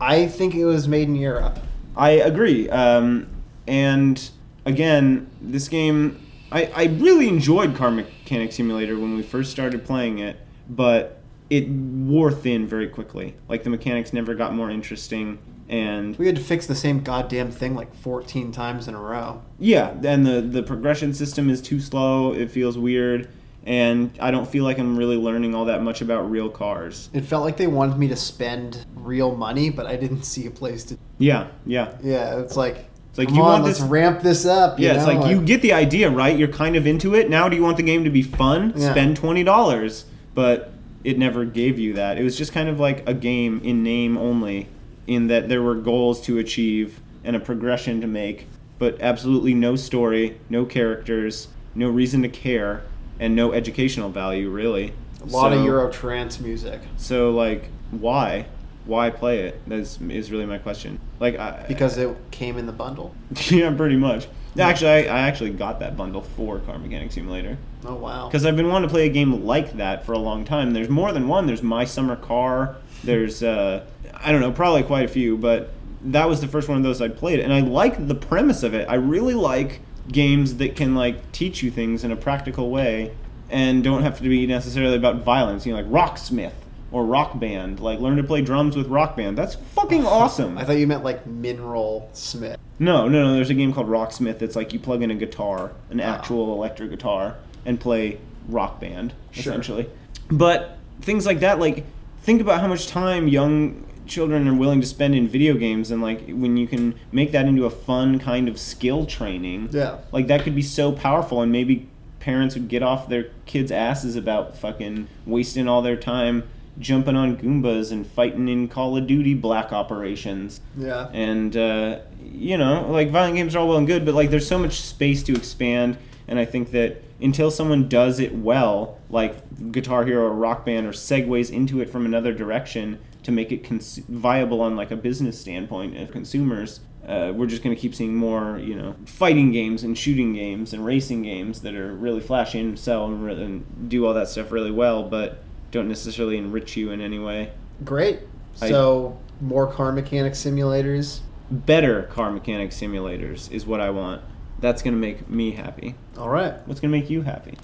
I think it was made in Europe. I agree. Um, and again, this game, I, I really enjoyed Car Mechanic Simulator when we first started playing it, but it wore thin very quickly. Like the mechanics never got more interesting, and We had to fix the same goddamn thing like 14 times in a row. yeah, and the the progression system is too slow. It feels weird, and I don't feel like I'm really learning all that much about real cars. It felt like they wanted me to spend real money, but I didn't see a place to. Yeah, yeah. Yeah, it's like. It's like, come you on, want let's this- ramp this up. you Yeah, it's know, like you get the idea, right? You're kind of into it. Now, do you want the game to be fun? Yeah. Spend twenty dollars, but it never gave you that. It was just kind of like a game in name only, in that there were goals to achieve and a progression to make, but absolutely no story, no characters, no reason to care, and no educational value really. A lot So- of Euro trance music So like, why? Why play it? That's is really my question. Like, I, because it came in the bundle. yeah, pretty much. Actually, I, I actually got that bundle for Car Mechanic Simulator Oh wow! because I've been wanting to play a game like that for a long time. There's more than one. There's My Summer Car. There's uh, I don't know, probably quite a few, but that was the first one of those I played, and I like the premise of it. I really like games that can like teach you things in a practical way and don't have to be necessarily about violence. You know, like Rocksmith or Rock Band. Like learn to play drums with Rock Band. That's fucking awesome. I thought you meant like Mineral Smith. No, no, no. There's a game called Rocksmith that's like you plug in a guitar, an Ah. actual electric guitar, and play rock band, Sure. essentially. But things like that, like, think about how much time young children are willing to spend in video games, and like when you can make that into a fun kind of skill training, Yeah. like that could be so powerful, and maybe parents would get off their kids' asses about fucking wasting all their time jumping on Goombas and fighting in Call of Duty black operations Yeah. and uh, you know like violent games are all well and good but like there's so much space to expand and i think that until someone does it well like guitar hero or rock band or segues into it from another direction to make it cons- viable on like a business standpoint of consumers uh, we're just going to keep seeing more you know fighting games and shooting games and racing games that are really flashy and sell and, re- and do all that stuff really well but don't necessarily enrich you in any way Great. I- So more car mechanic simulators. better car mechanic simulators is what I want. That's gonna make me happy. All right. What's gonna make you happy?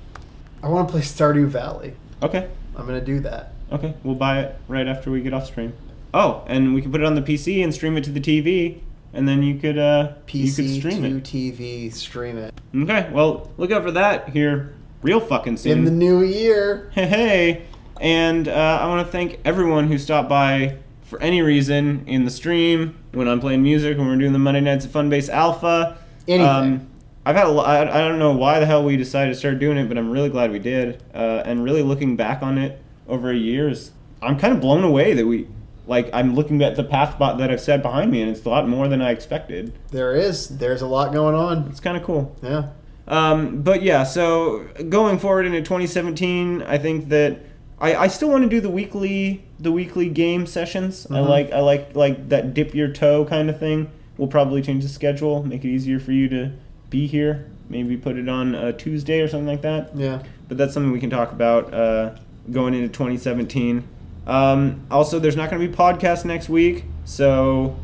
I want to play Stardew Valley. Okay, I'm gonna do that. okay, we'll buy it right after we get off stream. Oh, and we can put it on the PC and stream it to the TV, and then you could uh, you could PC stream to it. TV, stream it Okay, well look out for that here real fucking soon. in the new year. hey, hey. And uh, I want to thank everyone who stopped by for any reason in the stream, when I'm playing music, when we're doing the Monday Nights at Funbase Alpha. Um, Anything. I've had a lo- I, I don't know why the hell we decided to start doing it, but I'm really glad we did. Uh, and really looking back on it over years, I'm kind of blown away that we, like, I'm looking at the path bot that I've set behind me, and it's a lot more than I expected. There is. There's a lot going on. It's kind of cool. Yeah. Um, but yeah, so going forward into 2017, I think that I, I still want to do the weekly the weekly game sessions. I Mhm. like I like like that dip your toe kind of thing. We'll probably change the schedule, make it easier for you to be here. Maybe put it on a Tuesday or something like that. Yeah. But that's something we can talk about uh, going into 2017. Um, also, there's not going to be podcast next week, so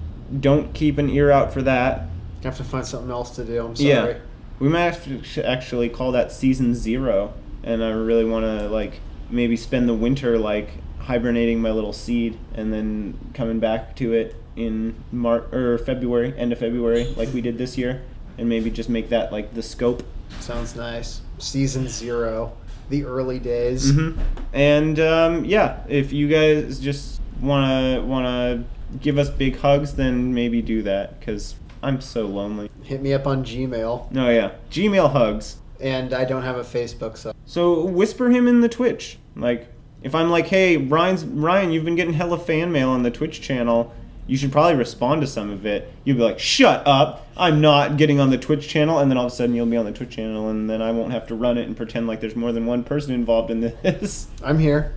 don't keep an ear out for that. I have to find something else to do. I'm sorry. Yeah, we might have to sh- actually call that season zero, and I really want to like maybe spend the winter like hibernating my little seed, and then coming back to it in March or February, end of February, like we did this year, and maybe just make that like the scope. Sounds nice. Season zero, the early days. hmm And um, yeah, if you guys just wanna wanna give us big hugs, then maybe do that because I'm so lonely. Hit me up on Gmail, No, yeah, Gmail hugs. and I don't have a Facebook, so So whisper him in the Twitch. Like if I'm like, hey, Ryan's Ryan, you've been getting hella fan mail on the Twitch channel. You should probably respond to some of it. You'll be like, shut up, I'm not getting on the Twitch channel, and then all of a sudden you'll be on the Twitch channel, and then I won't have to run it and pretend like there's more than one person involved in this. I'm here.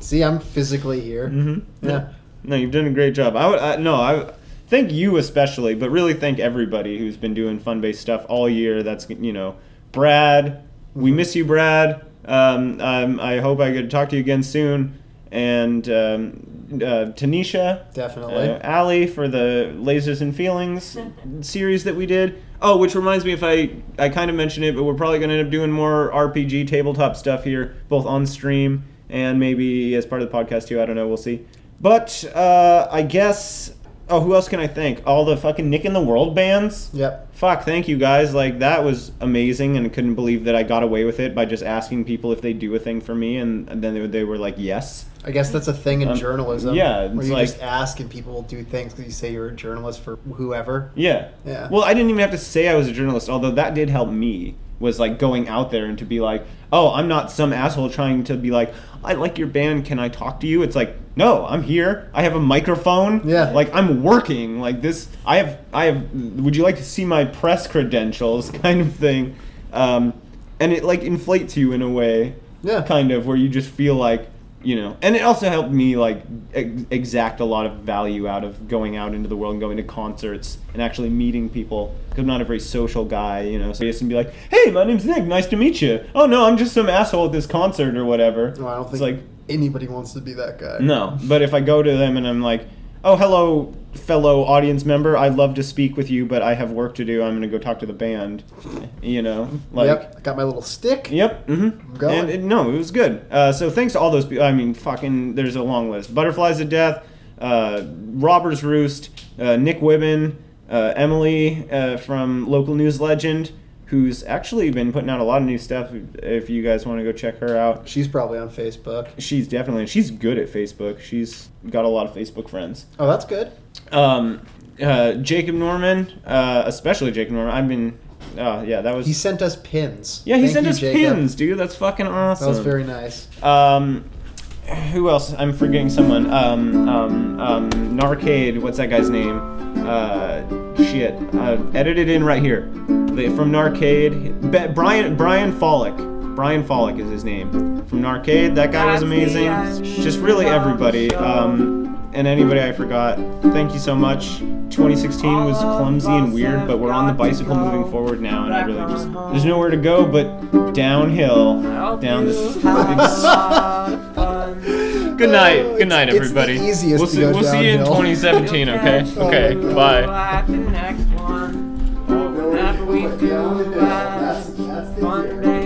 See, I'm physically here. Mm-hmm. Yeah. No, you've done a great job. I would I, no, I thank you especially, but really thank everybody who's been doing fun based stuff all year. That's you know, Brad, we miss you, Brad. Um, um, I hope I get to talk to you again soon. And um, uh, Tanisha, Definitely. uh, Allie for the Lasers and Feelings series that we did. Oh, which reminds me, if I I kind of mentioned it, but we're probably going to end up doing more RPG tabletop stuff here, both on stream and maybe as part of the podcast too. I don't know. We'll see. But uh, I guess. Oh, who else can I thank? All the fucking Nick in the World bands. Yep. Fuck, thank you guys. Like that was amazing, and I couldn't believe that I got away with it by just asking people if they do a thing for me, and, and then they, they were like, yes. I guess that's a thing in Um, journalism. yeah, where it's you like- just ask and people will do things because you say you're a journalist for whoever. Yeah. Yeah. Well, I didn't even have to say I was a journalist, although that did help me. Was like going out there and to be like, oh, I'm not some asshole trying to be like, I like your band, can I talk to you? It's like, no, I'm here. I have a microphone. Yeah. Like I'm working. Like this, I have, I have. Would you like to see my press credentials, kind of thing? Um, and it like inflates you in a way Yeah. kind of where you just feel like you know and it also helped me like ex- exact a lot of value out of going out into the world and going to concerts and actually meeting people 'cause i'm not a very social guy you know so you just can be like hey my name's nick nice to meet you oh no i'm just some asshole at this concert or whatever No, I don't it's think like anybody wants to be that guy. no but if i go to them and i'm like oh, hello, fellow audience member. I'd love to speak with you, but I have work to do. I'm going to go talk to the band. You know, like. yep, I got my little stick. Yep. Mm-hmm. going. And it, no, it was good. Uh, so thanks to all those people. I mean, fucking, there's a long list. Butterflies of Death, uh, Robbers Roost, uh, Nick Wibben, uh, Emily uh, from Local News Legend, who's actually been putting out a lot of new stuff. If you guys want to go check her out, She's probably on Facebook. she's definitely she's good at Facebook. She's got a lot of Facebook friends Oh, that's good. um, uh, Jacob Norman, uh, especially Jacob Norman. I mean, uh, yeah, that was. He sent us pins. yeah, he Thank sent you, us Jacob. pins, dude. That's fucking awesome. That was very nice. Um, who else? I'm forgetting someone. Um, um, um, Narcade. What's that guy's name? Uh, shit. Uh, edited in right here. The- From Narcade. Be- Brian Brian Follick. Brian Follick is his name. From Narcade. That guy was amazing. Just really everybody. Um, and anybody I forgot. Thank you so much. 2016 was clumsy and weird, but we're on the bicycle moving forward now, and I really just there's nowhere to go but downhill, down this Good night. Oh, Good night, it's- it's the everybody. easiest we'll to see, go we'll see you in downhill. 2017, okay? Oh, Okay, God. bye. At the next one, or whenever we do that, that's one day.